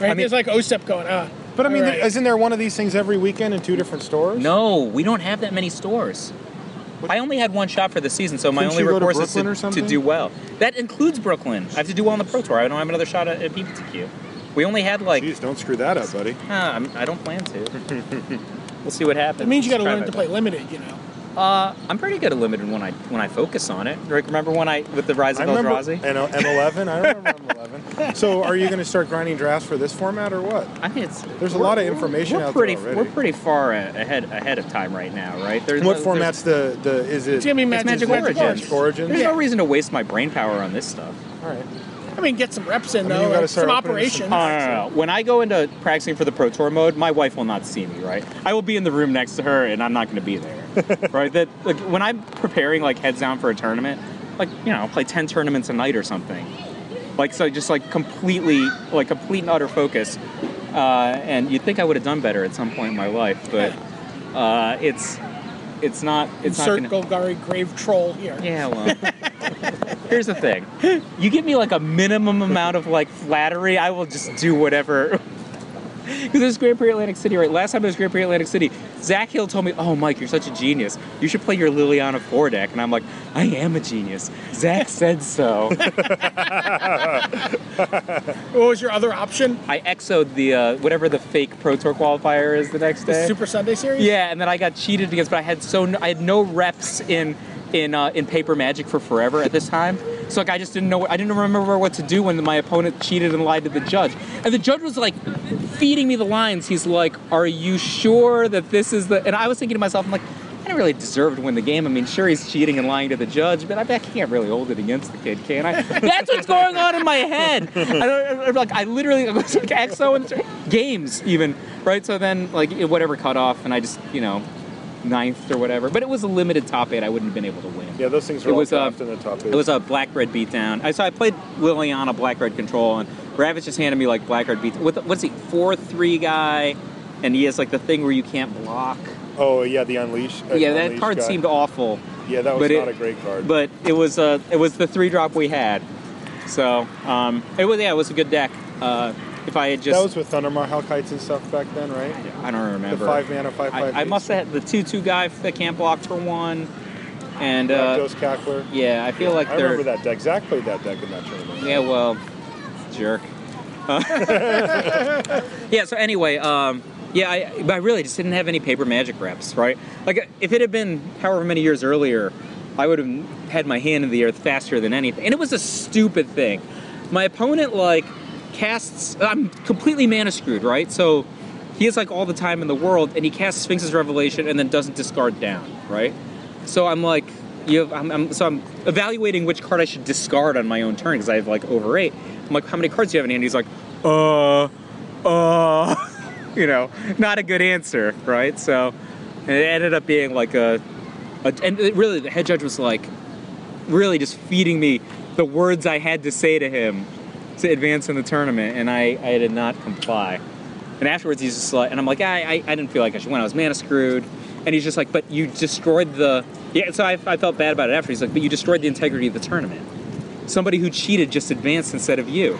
Right?
mean-
there's like OSEP going. Uh,
But I mean,
all
there,
right.
isn't there one of these things every weekend in two different stores?
no, we don't have that many stores. I only had one shot for the season, so my
Couldn't
only
you go to
recourse is
Brooklyn or
to, to
something?
do well. That includes Brooklyn. I have to do well on the Pro Tour. I don't have another shot at, at PPTQ. We only had like
Jeez, don't screw that up, buddy.
huh, I'm, I don't plan to. we'll see what happens.
It means you got to
Try
learn
my
to play limited, you know.
Uh, I'm pretty good at limited when I when I focus on it. Like, remember when I with the rise
I
of
remember
Eldrazi?
and, uh, M11. I remember M11. So, are you going to start grinding drafts for this format or what?
I mean, it's
There's a
we're-
lot of
we're-
information
we're
out there
pretty,
already.
We're pretty far a- ahead ahead of time right now, right? There's
What
no-
format's the the is it?
It's gonna be
there's- It's
Magic,
Magic, Origins.
Magic
Origins. Origins.
There's
Yeah.
no reason to waste my brain power on this stuff.
All right.
I mean, get some reps in
I mean, you
though.
gotta
like,
start
some
opening
operations.
some
Oh, no, no, no. When I go into practicing for the Pro Tour mode, my wife will not see me, right? I will be in the room next to her, and I'm not going to be there, right? That like, when I'm preparing like heads down for a tournament, like you know, I'll play ten tournaments a night or something, like so, just like completely, like complete and utter focus. Uh, and you'd think I would have done better at some point in my life, but uh, it's it's not it's not
Insert
gonna-
Golgari Grave Troll here.
yeah, well. Here's the thing. You give me like a minimum amount of like flattery, I will just do whatever. Because there's Grand Prix Atlantic City, right? Last time I was Grand Prix Atlantic City, Zach Hill told me, Oh, Mike, you're such a genius. You should play your Liliana 4 deck. And I'm like, I am a genius. Zach said so.
What was your other option?
I exoed the, uh, whatever the fake Pro Tour qualifier is the next
The
Eh.
day.
Super Sunday series.
Yeah, and then I got cheated against, but I had so no, I had no reps in in uh, in paper magic for forever at this time. So like I just didn't know I didn't remember what to do when my opponent cheated and lied to the judge. And the judge was like feeding me the lines. He's like, "Are you sure that this is the?" And I was thinking to myself, I'm like. I didn't really deserve to win the game. I mean, sure, he's cheating and lying to the judge, but I, I can't really hold it against the kid, can I? That's what's going on in my head. I don't, I'm like, I literally I was like XO and games even, right? So then, like, it- whatever cut off, and I just, you know, ninth or whatever. But it was a limited top eight. I wouldn't have been able to win.
Yeah, those things are
It
all
was, uh,
drafted in the top. Eight.
It was a black red beatdown. I so I played Liliana black red control, and Ravage just handed me like black red beat. With what's he four three guy, and he has like the thing where you can't block.
oh yeah, the unleash. uh,
yeah, that
Unleash
card
guy.
seemed awful.
Yeah, that was
but it-
not a great card.
But it was uh, it was the three drop we had. So um, it was yeah, it was a good deck. Uh, if I had just
That was with Thundermar Hellkites and stuff back then, right?
I don't
The
remember.
five mana, five five.
I, I must have had the two two guy that can't block for one, and uh,
Ghost Cackler.
yeah, I feel like
I
they're
remember that deck. Zach played that deck in that tournament.
yeah, well, jerk. Uh, yeah. So anyway, um, yeah, I, but I really just didn't have any paper magic reps, right? Like if it had been however many years earlier, I would have had my hand in the earth faster than anything, and it was a stupid thing. My opponent like casts. I'm completely mana screwed, right? So he has like all the time in the world, and he casts Sphinx's Revelation and then doesn't discard down, right? So I'm like, you have, I'm, I'm, so I'm evaluating which card I should discard on my own turn because I have like over eight. I'm like, how many cards do you have in hand? He's like, uh, uh, you know, not a good answer, right? So and it ended up being like a, a and it really the head judge was like, really just feeding me the words I had to say to him to advance in the tournament, and I, I did not comply. And afterwards, he's just like, and I'm like, I, I, I didn't feel like I should win. I was mana screwed. And he's just like, but you destroyed the. Yeah, so I, I felt bad about it after. He's like, but you destroyed the integrity of the tournament. Somebody who cheated just advanced instead of you.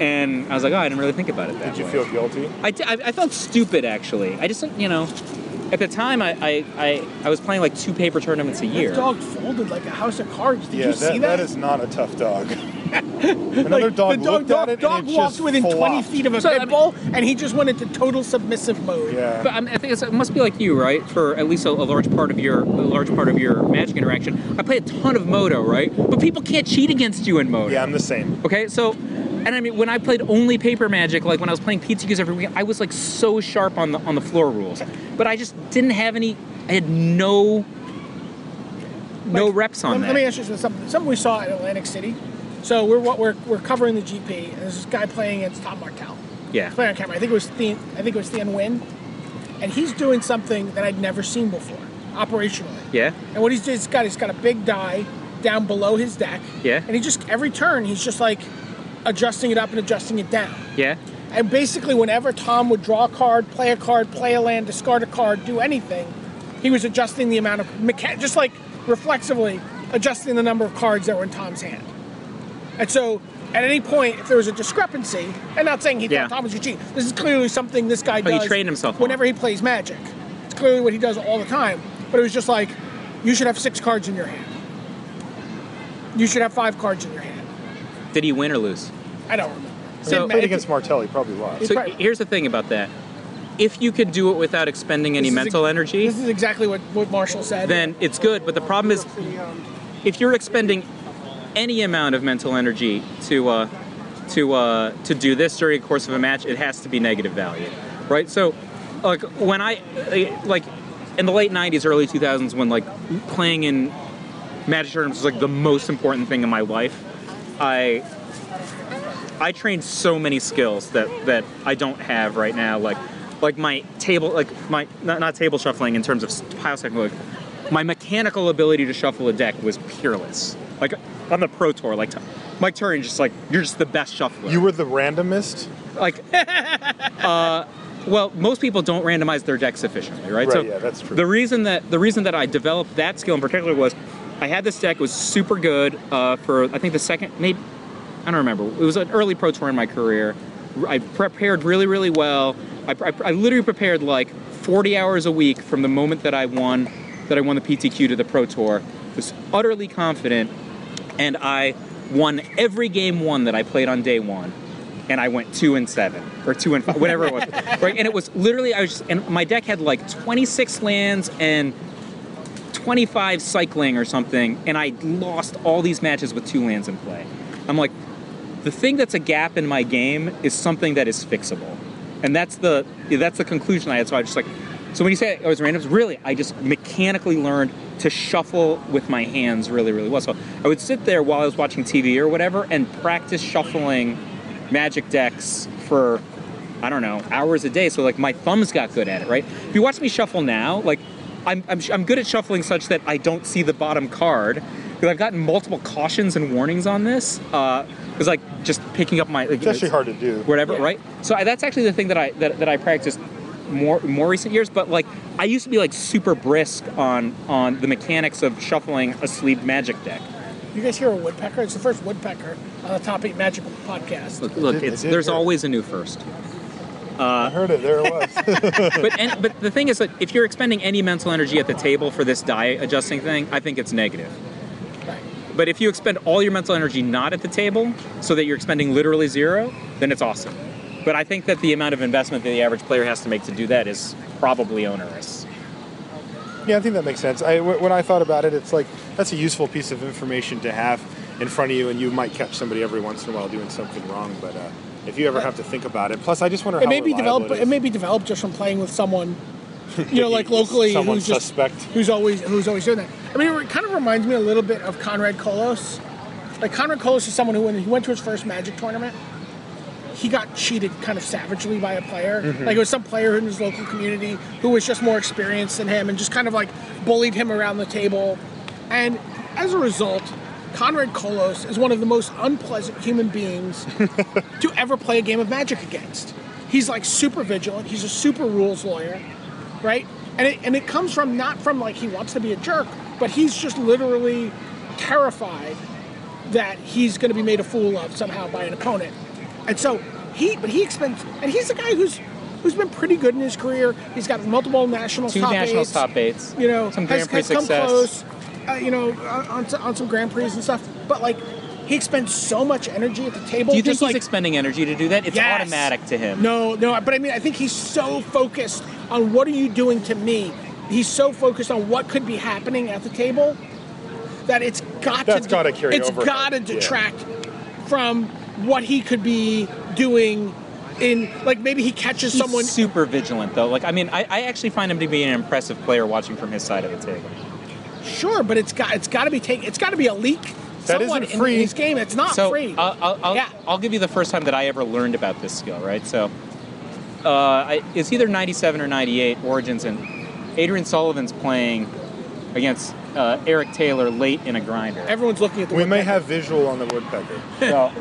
And I was like, oh, I didn't really think about it that
Did you
way.
feel guilty?
I, d- I, I felt stupid actually. I just, you know, at the time I, I, I, I was playing like two paper tournaments a year.
That dog folded like a house of cards. Did
yeah,
you
that,
see that?
that is not a tough dog. Another dog
the dog,
looked
dog,
at it
dog
and it
walked
just
within 20
flopped.
feet of a
So, I
pit
mean-
bull, and he just went into total submissive mode.
Yeah.
But um, I think it's, it must be like you, right? For at least a, a large part of your a large part of your magic interaction. I play a ton of Moto, right? But people can't cheat against you in Moto.
yeah, I'm the same.
Okay, so, and I mean, when I played only paper magic, like when I was playing PTQs every week, I was like so sharp on the on the floor rules, but I just didn't have any. I had no no
Like,
reps on
let,
that.
let me ask you something. Something we saw in Atlantic City. So we're what we're, we're covering the GP, and there's this guy playing against Tom Martel.
yeah.
Playing on camera. I think it was Thean, I think it was Thean Win, and he's doing something that I'd never seen before operationally.
Yeah.
And what he's doing, he's got he's got a big die down below his deck.
Yeah.
And he just every turn he's just like adjusting it up and adjusting it down.
Yeah.
And basically, whenever Tom would draw a card, play a card, play a land, discard a card, do anything, he was adjusting the amount of mecha- just like reflexively adjusting the number of cards that were in Tom's hand. And so, at any point, if there was a discrepancy, and not saying he
Yeah.
thought Tom was going to cheat, this is clearly something this guy
But he
does.
trained himself on.
whenever he plays Magic. It's clearly what he does all the time. But it was just like, you should have six cards in your hand. You should have five cards in your hand.
Did he win or lose?
I don't remember.
So-
Played against Martelli, probably lost.
So
Right.
here's the thing about that: if you could do it without expending any
This is
mental
ex-
energy,
This is exactly what, what Marshall said.
then it's good. But the problem is, if you're expending any amount of mental energy to uh, to uh, to do this during the course of a match, it has to be negative value, right? So, like when I like in the late '90s, early 2000s, when like playing in magic tournaments was like the most important thing in my life, I I trained so many skills that that I don't have right now. Like like my table like my not, not table shuffling in terms of pile shuffling. Like my mechanical ability to shuffle a deck was peerless. Like on the pro tour, like Mike Turian, just like you're just the best shuffler.
You were the randomist?
like uh, well most people don't randomize their decks efficiently right,
Right,
so
yeah, that's true.
the reason that the reason that i developed that skill in particular was i had this deck it was super good uh, for i think the second maybe i don't remember it was an early pro tour in my career i prepared really really well i, I, I literally prepared like 40 hours a week from the moment that i won that i won the ptq to the pro tour was utterly confident and I won every game one that I played on day one, and I went two and seven or two and five, whatever it was. Right, and it was literally I was just, and my deck had like 26 lands and 25 cycling or something, and I lost all these matches with two lands in play. I'm like, the thing that's a gap in my game is something that is fixable, and that's the that's the conclusion I had. So I just like, so when you say I was random, it's really I just mechanically learned to shuffle with my hands really really well. So I would sit there while I was watching TV or whatever and practice shuffling magic decks for I don't know hours a day. So like my thumbs got good at it, right? If you watch me shuffle now, like I'm, I'm, sh- I'm good at shuffling such that I don't see the bottom card. Because I've gotten multiple cautions and warnings on this. Because like just picking up my like,
It's actually hard to do.
whatever, right? So I, that's actually the thing that I that, that I practiced more more recent years. But like I used to be like super brisk on on the mechanics of shuffling a sleeved magic deck,
You guys hear a woodpecker? It's the first woodpecker on the Top 8 Magical podcast.
Look, look
did- it
it's,
did
there's
work.
always a new first.
I heard it. There it was.
but and, but the thing is that if you're expending any mental energy at the table for this diet adjusting thing, I think it's negative.
Right.
But if you expend all your mental energy not at the table, so that you're expending literally zero, then it's awesome. But I think that the amount of investment that the average player has to make to do that is probably onerous.
yeah, I think that makes sense. I, wh- when I thought about it, it's like that's a useful piece of information to have in front of you, and you might catch somebody every once in a while doing something wrong. But uh, if you ever have to think about it, plus I just wonder
It
how
may be
reliable
developed. It,
it is.
may be developed just from playing with someone, you know, like
Just
locally,
someone
who's just
suspect.
who's always who's always doing that. I mean, it re- kind of reminds me a little bit of Conrad Kolos. Like Conrad Kolos is someone who, when he went to his first Magic tournament, he got cheated kind of savagely by a player.
Mm-hmm.
Like it was some player in his local community who was just more experienced than him and just kind of like bullied him around the table. And as a result, Conrad Kolos is one of the most unpleasant human beings to ever play a game of Magic against. He's like super vigilant. He's a super rules lawyer, right? And it, and it comes from not from like he wants to be a jerk, but he's just literally terrified that he's going to be made a fool of somehow by an opponent. And so he, but he expends, and he's a guy who's who's been pretty good in his career. He's got multiple national
Two
top
nationals
eights,
top eights.
You know,
some
has,
Grand Prix
has come
success.
close. Uh, you know, on, on some- on some Grand Prix and stuff. But like, he expends so much energy at the table.
Do you think
just
he's
like,
expending energy to do that? It's
Yes.
automatic to him.
No, no, but I mean, I think he's so focused on what are you doing to me. He's so focused on what could be happening at the table that it's got
That's
to.
gotta carry
It's
over.
got to
Yeah.
detract from what he could be doing. In like maybe he catches
He's
someone.
super vigilant though. Like I mean, I, I actually find him to be an impressive player watching from his side of the table.
Sure, but it's got it's got to be taken. It's got to be a leak.
That
Someone
isn't
in-
free.
in this game. It's not
so uh,
free.
I'll, I'll, I'll,
Yeah.
I'll give you the first time that I ever learned about this skill, right? So uh, I, it's either 97 or 98 Origins, and Adrian Sullivan's playing against uh, Eric Taylor late in a grinder.
Everyone's looking at the.
We may
woodpecker.
have visual on the woodpecker.
So,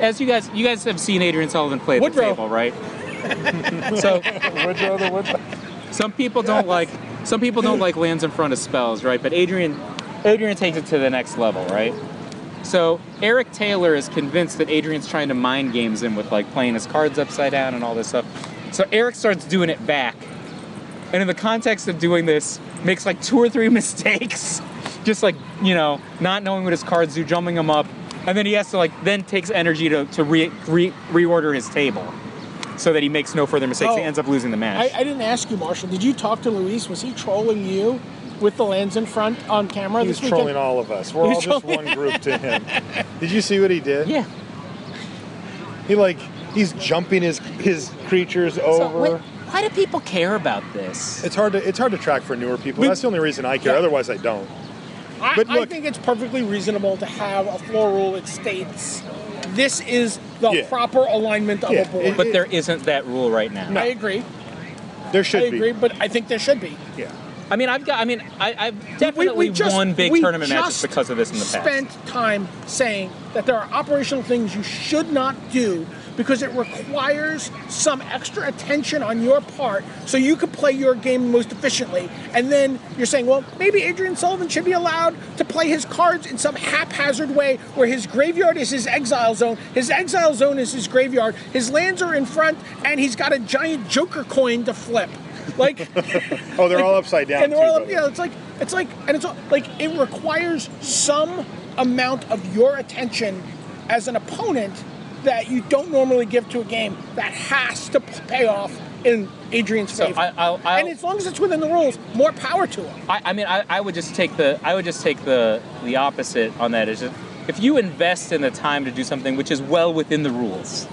as you guys, you guys have seen Adrian Sullivan play at
Woodrow.
the table, right? so
Woodrow the woodpecker.
some people don't like some people don't like lands in front of spells, right? But Adrian Adrian takes it to the next level, right? So Eric Taylor is convinced that Adrian's trying to mind games him with like playing his cards upside down and all this stuff. So Eric starts doing it back. And in the context of doing this, makes like two or three mistakes. Just like, you know, not knowing what his cards do, jumping them up. And then he has to like then takes energy to, to re, re, reorder his table so that he makes no further mistakes.
Oh.
he ends up losing the match.
I, I didn't ask you, Marshall. Did you talk to Luis? Was he trolling you with the lands in front on camera
He was
this weekend?
trolling all of us. We're
He
all
was
just
trolling-
one group to him. Did you see what he did?
yeah.
He like he's jumping his his creatures over.
wait, why do people care about this?
it's hard to it's hard to track for newer people.
We-
That's the only reason I care.
Yeah.
Otherwise, I don't.
I,
But
I
look-
think it's perfectly reasonable to have a floor rule that states this is the
Yeah.
proper alignment of
Yeah,
a board.
it-
But there isn't that rule right now.
I agree.
There
I
should
agree,
be.
but I think there should be.
Yeah.
I mean, I've got. I mean, I, I've
We-
definitely
we just-
won big
we
tournament matches
just
because of this in the past.
Spent time saying that there are operational things you should not do because it requires some extra attention on your part so you can play your game most efficiently. And then you're saying, well, maybe Adrian Sullivan should be allowed to play his cards in some haphazard way where his graveyard is his exile zone, his exile zone is his graveyard, his lands are in front, and he's got a giant joker coin to flip. Like
Oh, they're all upside down.
and they're
too,
all
by
up,
the
yeah,
way.
it's like it's like and it's all, like it requires some amount of your attention as an opponent that you don't normally give to a game that has to p- pay off in Adrian's
So
favor.
I, I'll, I'll,
and as long as it's within the rules, more power to him.
I, I mean, I, I would just take the. I would just take the the opposite on that. Is just, if you invest in the time to do something which is well within the rules,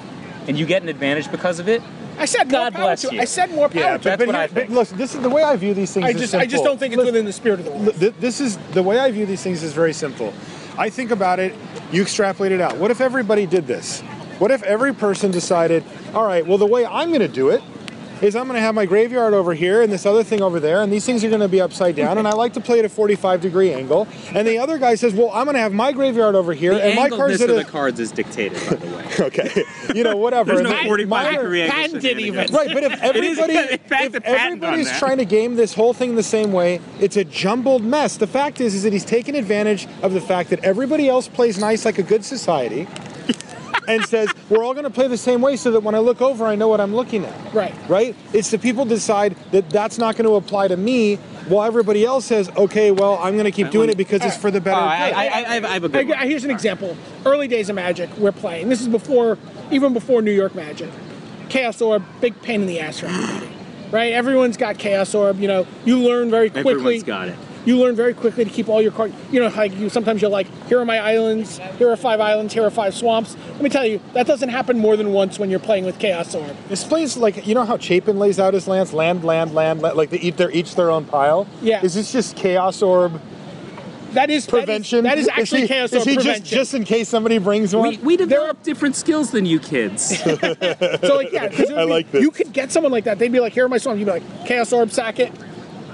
and you get an advantage because of it,
I said
God
more power
bless
to
you.
I said more power
Yeah,
to
but,
that's
but
what
here-
I
but
think.
listen, this is the way I view these things.
I
is
just I just
simple.
don't think it's
Listen,
within the spirit of the rules.
Th- this is the way I view these things is very simple. I think about it, you extrapolate it out. What if everybody did this? What if every person decided, all right, well, the way I'm going to do it is I'm going to have my graveyard over here and this other thing over there, and these things are going to be upside down, and I like to play at a 45 degree angle. And the other guy says, well, I'm going to have my graveyard over here,
The
and my
angleness
cards at
of
a
the cards is dictated, by the way.
okay, you know, whatever.
There's
And
no
then
45
mine are-
degree angle.
patented
shenanigans.
even.
Right, but if
is-
everybody,
in fact,
if
the patent on
everybody's
that.
trying to game this whole thing the same way, it's a jumbled mess. The fact is, is that he's taken advantage of the fact that everybody else plays nice like a good society, and says we're all going to play the same way so that when I look over, I know what I'm looking at.
Right.
Right. It's the people decide that that's not going to apply to me, while everybody else says, okay, well, I'm going to keep doing it because it's for the better.
Oh, I,
good.
I, I, I have- I have a
I,
good one.
I- here's an example. Early days of Magic, we're playing. This is before, even before New York Magic. Chaos Orb, big pain in the ass for everybody, right? Everyone's got Chaos Orb. You know, you learn very quickly.
Everyone's got it.
You learn very quickly to keep all your cards. You know, like you sometimes you're like, here are my islands, here are five islands, here are five swamps. Let me tell you, that doesn't happen more than once when you're playing with Chaos Orb.
This plays like you know how Chapin lays out his lands, land, land, land, land like they eat their each their own pile.
Yeah.
Is this just chaos orb
That is that is-
prevention?
That is,
Is
actually
he-
Chaos
Is
Orb
he
prevention.
just just in case somebody brings one?
We, we
There
develop different skills than you kids.
So like yeah, 'cause it would
I
be-
like this.
You could get someone like that. They'd be like, "Here are my swamps." You'd be like, "Chaos orb, sack it.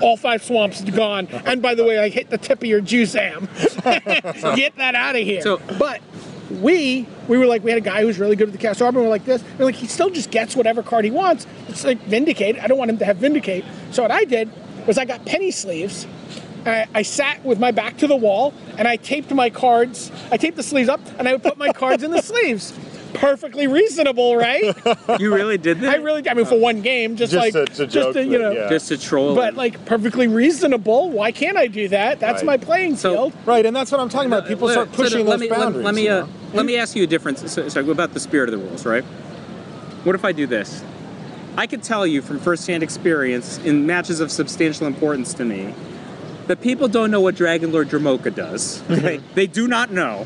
All five swamps gone. And by the way, I hit the tip of your juice am. get that out of here."
So-
but we we were like, we had a guy who was really good with the chaos orb, and we're like this. We're like, he still just gets whatever card he wants. It's like vindicate. I don't want him to have vindicate. So what I did was I got penny sleeves. I, I sat with my back to the wall and I taped my cards. I taped the sleeves up and I would put my cards in the sleeves. Perfectly reasonable, right?
you really did that?
I really, I mean, for one game, just,
Just
like,
to- to
just
joke
to, you
with,
know,
yeah.
Just to troll.
but
him.
like perfectly reasonable. Why can't I do that? That's
Right.
my playing
So-
field.
right, and that's what I'm talking about. People
Let-
start
so
pushing
let
those
me, let-
boundaries.
Let me,
you
uh,
know?
let me ask you a difference. So, so about the spirit of the rules, right? What if I do this? I could tell you from firsthand experience in matches of substantial importance to me that people don't know what Dragon Lord Dramoka does. Okay? they do not know.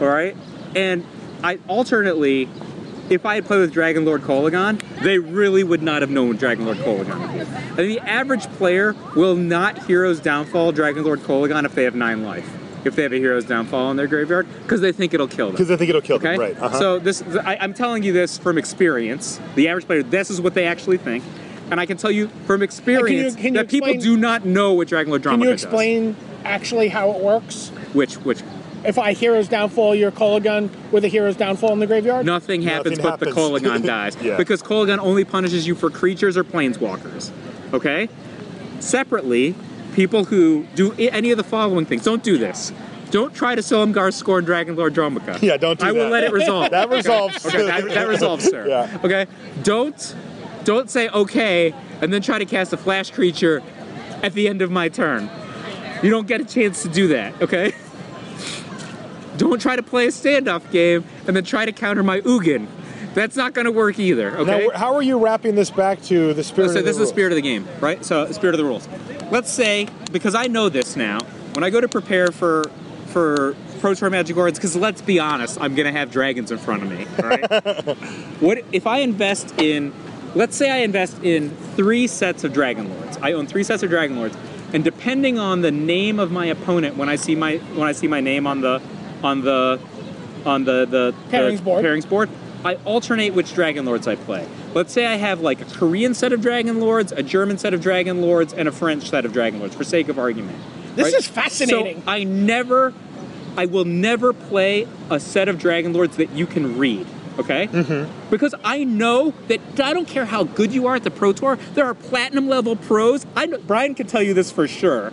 All right? And I alternately, if I had played with Dragon Lord Kolagon, they really would not have known what Dragon Lord Kolagon did. And the average player will not Heroes Downfall Dragon Lord Kolagon if they have nine life. If they have a Heroes Downfall in their graveyard, because they think it'll kill them.
because I think it'll kill
Okay.
them. Right. Uh-huh.
So this, I, I'm telling you this from experience. The average player, this is what they actually think, and I can tell you from experience
can you
that people
explain-
do not know what Dragon Lord
Can
Drama
you explain actually how it works?
does. Which, which,
If I hero's downfall, your Kolagun with a hero's downfall in the graveyard.
nothing happens but the
happens.
Kolagon dies
Yeah.
because Kolagon only punishes you for creatures or planeswalkers. Okay. Separately, people who do i- any of the following things don't do this. Don't try to Silumgar score in Dragon Lord Dromaka.
Yeah, don't do
I will
that.
let it resolve.
that resolves.
Okay, that, that resolves, sir.
Yeah.
Okay. Don't don't say okay and then try to cast a flash creature at the end of my turn. You don't get a chance to do that, okay? Don't try to play a standoff game and then try to counter my Ugin. That's not gonna work either, okay?
Now, how are you wrapping this back to the spirit?
so
of
this is
the
the spirit of the game, right? So spirit of the rules. Let's say because I know this now, when I go to prepare for for Pro Tour Magic Words, because let's be honest, I'm gonna have dragons in front of me. All right. what if I invest in? Let's say I invest in three sets of Dragon Lords. I own three sets of Dragon Lords, and depending on the name of my opponent, when I see my when I see my name on the on the on the the
Pairings
the
board.
pairings board, I alternate which Dragon Lords I play. Let's say I have like a Korean set of Dragon Lords, a German set of Dragon Lords, and a French set of Dragon Lords, for sake of argument.
This
Right?
is fascinating.
So I never, I will never play a set of Dragon Lords that you can read. Okay? Mm-hmm. Because I know that I don't care how good you are at the Pro Tour, there are platinum level pros. I know, Brian can tell you this for sure.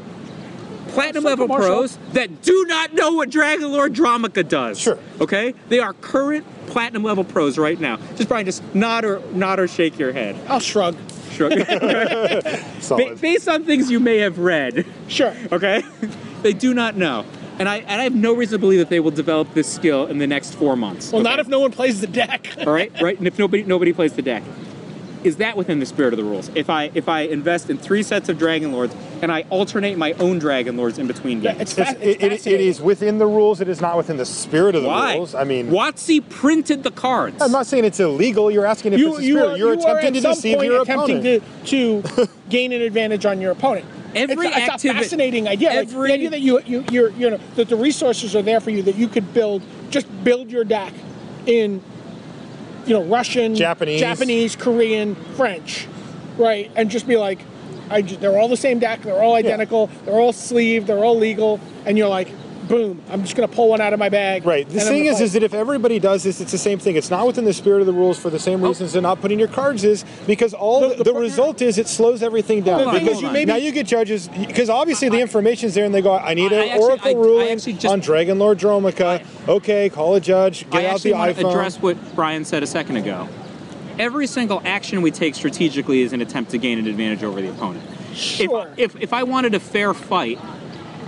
Platinum
So
level
commercial.
pros that do not know what Dragon Lord Dromaka does.
Sure.
Okay? They are current platinum level pros right now. Just Brian, just nod or nod or shake your head.
I'll shrug.
Shrug. Ba-
solid.
based on things you may have read
Sure.
okay? they do not know. And I, and I have no reason to believe that they will develop this skill in the next four months.
Well, not if no one plays the deck.
All right, right. And if nobody nobody plays the deck, is that within the spirit of the rules? If I if I invest in three sets of dragon lords and I alternate my own dragon lords in between games,
it's
It's-
fa- it's
it- it- it
fascinating.
is within the rules. It is not within the spirit of the
why?
rules. I mean,
Watsy printed the cards.
I'm not saying it's illegal. You're asking if it's a spirit.
are-
you're
you are
attempting
at
to
some
deceive
point
your
attempting
opponent.
to, to gain an advantage on your opponent.
Every
it's, it's a
activi-
fascinating idea. Like,
every-
the idea that you you you're, you know that the resources are there for you that you could build just build your deck in you know Russian,
Japanese.
Japanese, Korean, French. right, and just be like, I ju- they're all the same deck, they're all identical, they're all sleeved, they're all legal, and you're like, boom, I'm just gonna pull one out of my bag.
Right. The
and I'm
thing
gonna
is,
play.
is that if everybody does this, it's the same thing. It's not within the spirit of the rules for the same reasons they're not putting your cards is because all Oh. the,
the
the
part-
result is it slows everything down.
The thing
Because
is, you maybe-
now you get judges because obviously the information's there, and they go, "I need
I- I
an
actually-
oracle
I- I
ruling
actually just-
on Dragon Lord Dromica." Okay, call a judge.
I
Get out
actually
the
want to
iPhone.
address what Brian said a second ago. Every single action we take strategically is an attempt to gain an advantage over the opponent.
Sure.
If, if, if I wanted a fair fight,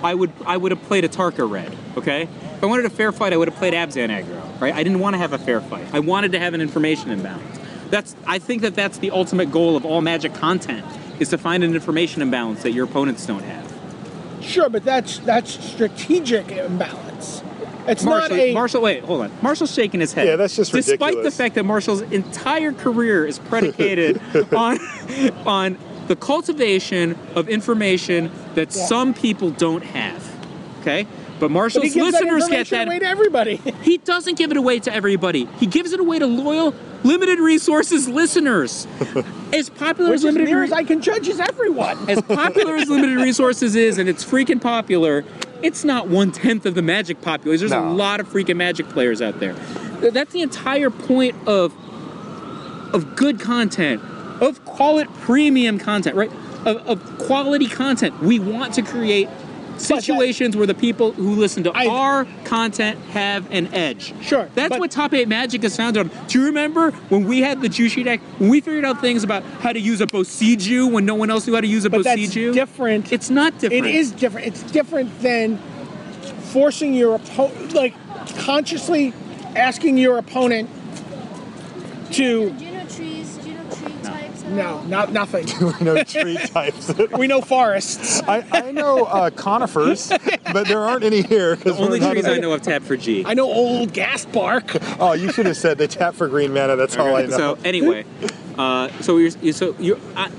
I would I would have played a Tarka red, okay? If I wanted a fair fight, I would have played Abzan aggro, right? I didn't want to have a fair fight. I wanted to have an information imbalance. That's I think that that's the ultimate goal of all Magic content is to find an information imbalance that your opponents don't have.
sure, but that's that's strategic imbalance. It's
Marshall,
not a
Marshall, wait, hold on. Marshall's shaking his head.
Yeah, that's just
Despite
ridiculous.
the fact that Marshall's entire career is predicated on on the cultivation of information that
Yeah.
some people don't have. Okay? But
but he
Marshall's
gives that
listeners get
information
that.
away to everybody.
He doesn't give it away to everybody. He gives it away to loyal, limited resources listeners. As popular
Which
as
as
limited
near
re-
as I can judge is everyone.
as popular as limited resources is, and it's freaking popular, it's not one tenth of the magic population. There's
No.
a lot of freaking magic players out there. Th- That's the entire point of of good content, of call it premium content, right? Of, of quality content. We want to create situations where the people who listen to
I-
our content have an edge.
Sure,
That's
but-
what Top 8 Magic is founded on. Do you remember when we had the Juicy deck, when we figured out things about how to use a Bosiju when no one else knew how to use a
But that's
Bosiju?
different.
It's not
It
different.
is different. It's different than forcing your opponent, like consciously asking your opponent to.
Do you know trees? Do you know tree types? at
No,
all?
not nothing.
no tree types.
we know forests.
I, I know uh, conifers, but there aren't any here. 'cause we're
Only
not
trees
in-
I know of tab for G.
I know old gas bark.
Oh, you should have said they tap for green mana. That's all I know.
So anyway, uh, so you're you- so you. I-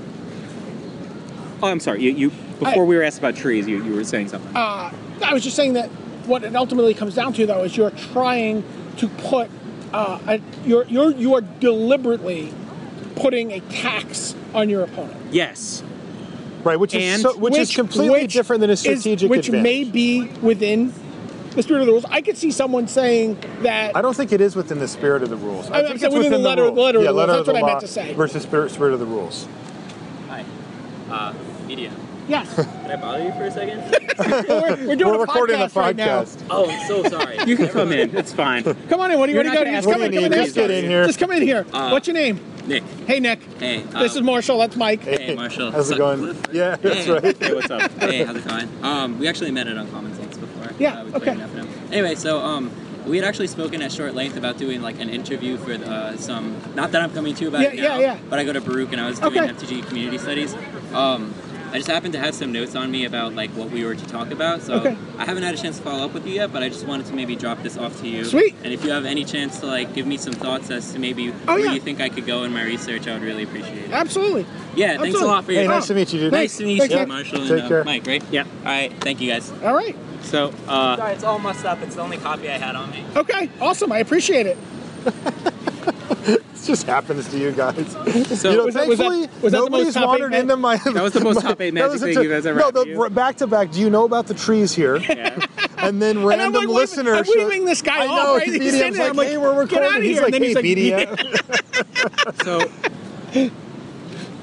Oh, I'm sorry. You, you before
I-
we were asked about trees, you, you were saying something.
Oh. I was just saying that what it ultimately comes down to, though, is you're trying to put, uh, a, you're, you're, you are deliberately putting a tax on your opponent.
yes,
right, which is
and-
so, which, is completely
which
different than a
is-
strategic
which
advantage.
may be within the spirit of the rules. I could see someone saying that.
I don't think it is within the spirit of the rules. I
I'm
think
saying
it's
Uh, within the letter-
rules.
letter of
yeah,
the rules.
letter
That's
of the
what I meant
law
to say.
Versus spirit, spirit of the rules.
Hi. Uh, media.
yes,
Can I bother you for a second?
we're, we're doing
We're
a
recording
podcast,
the
right now.
podcast.
oh, I'm so sorry.
you can come in. It's fine.
Come on in. What do you,
You're
what do
not
you got?
gonna
Just
ask
come in.
me
Come in.
to just get in here.
Just come in here.
Uh,
What's your name?
Nick.
Hey, Nick.
Hey. Uh,
this is Marshall. That's Mike.
Hey, Marshall.
How's
So-
it going? Yeah, that's
Hey.
right.
Hey, what's up?
hey, how's it going? Um, we actually met at Uncommon Sense before.
Yeah,
Uh, we
okay.
played enough of them. Anyway, so um, we had actually spoken at short length about doing like an interview for uh, some. Not that I'm coming to you about
Yeah,
it
yeah,
now,
yeah.
But I go to Baruch and I was doing
Okay.
MTG community studies. Um, I just happened to have some notes on me about like what we were to talk about, so
Okay.
I haven't had a chance to follow up with you yet. But I just wanted to maybe drop this off to you.
Sweet.
And if you have any chance to like give me some thoughts as to maybe
Oh,
where
yeah.
you think I could go in my research, I would really appreciate it.
Absolutely.
Yeah, thanks a
absolutely.
lot for your
Hey,
time.
nice to meet you, dude.
Nice to meet you,
Thank you.
Marshall
Take
and uh,
care.
Mike, right?
Yeah.
All right. Thank you guys.
All right.
So, uh,
Sorry, it's all messed up. It's the only copy I had on me.
Okay. Awesome. I appreciate it.
It just happens to you guys.
so
you know,
Was that- was that-
thankfully,
was that the
nobody's
most top eight
wandered
ma-
into my.
that was the most top eight magic thing you've ever
No,
had,
the
you?
r- back to back. Do you know about the trees here? And then
And I'm
random
like, wait a minute,
listeners.
I'm waving this guy
I know.
off. Right? He's
BDM's
standing there.
like,
I'm like,
hey, we're recording.
get out of
He's
here.
like,
and then
hey,
he's like,
BDM.
so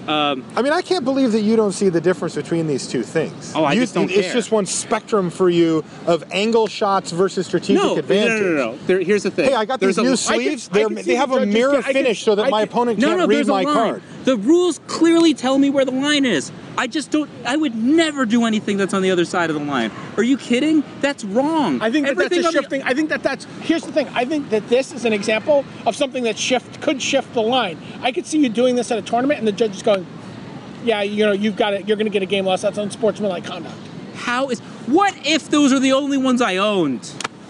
I mean, I can't believe that you don't see the difference between these two things.
Oh, I
You-
just don't
It's
care.
just one spectrum for you of angle shots versus strategic
no, no, no,
advantage.
no, no. There, here's the thing.
Hey, I got
There's
these
a-
new
I can-
sleeves.
I
They're
can see
they have
the
a
judges
mirror
get- I can-
finish so that
I
my
can-
opponent
No,
can't
no,
read
there's a
my
line.
card.
The rules clearly tell me where the line is. I just don't. I would never do anything that's on the other side of the line. Are you kidding? That's wrong.
I think that that's
Everything
a
on the-
shifting. I think that that's. Here's the thing. I think that this is an example of something that shift could shift the line. I could see you doing this at a tournament, and the judge is going, "Yeah, you know, you've got it. You're going to get a game loss. That's unsportsmanlike conduct."
How is? What if those are the only ones I owned?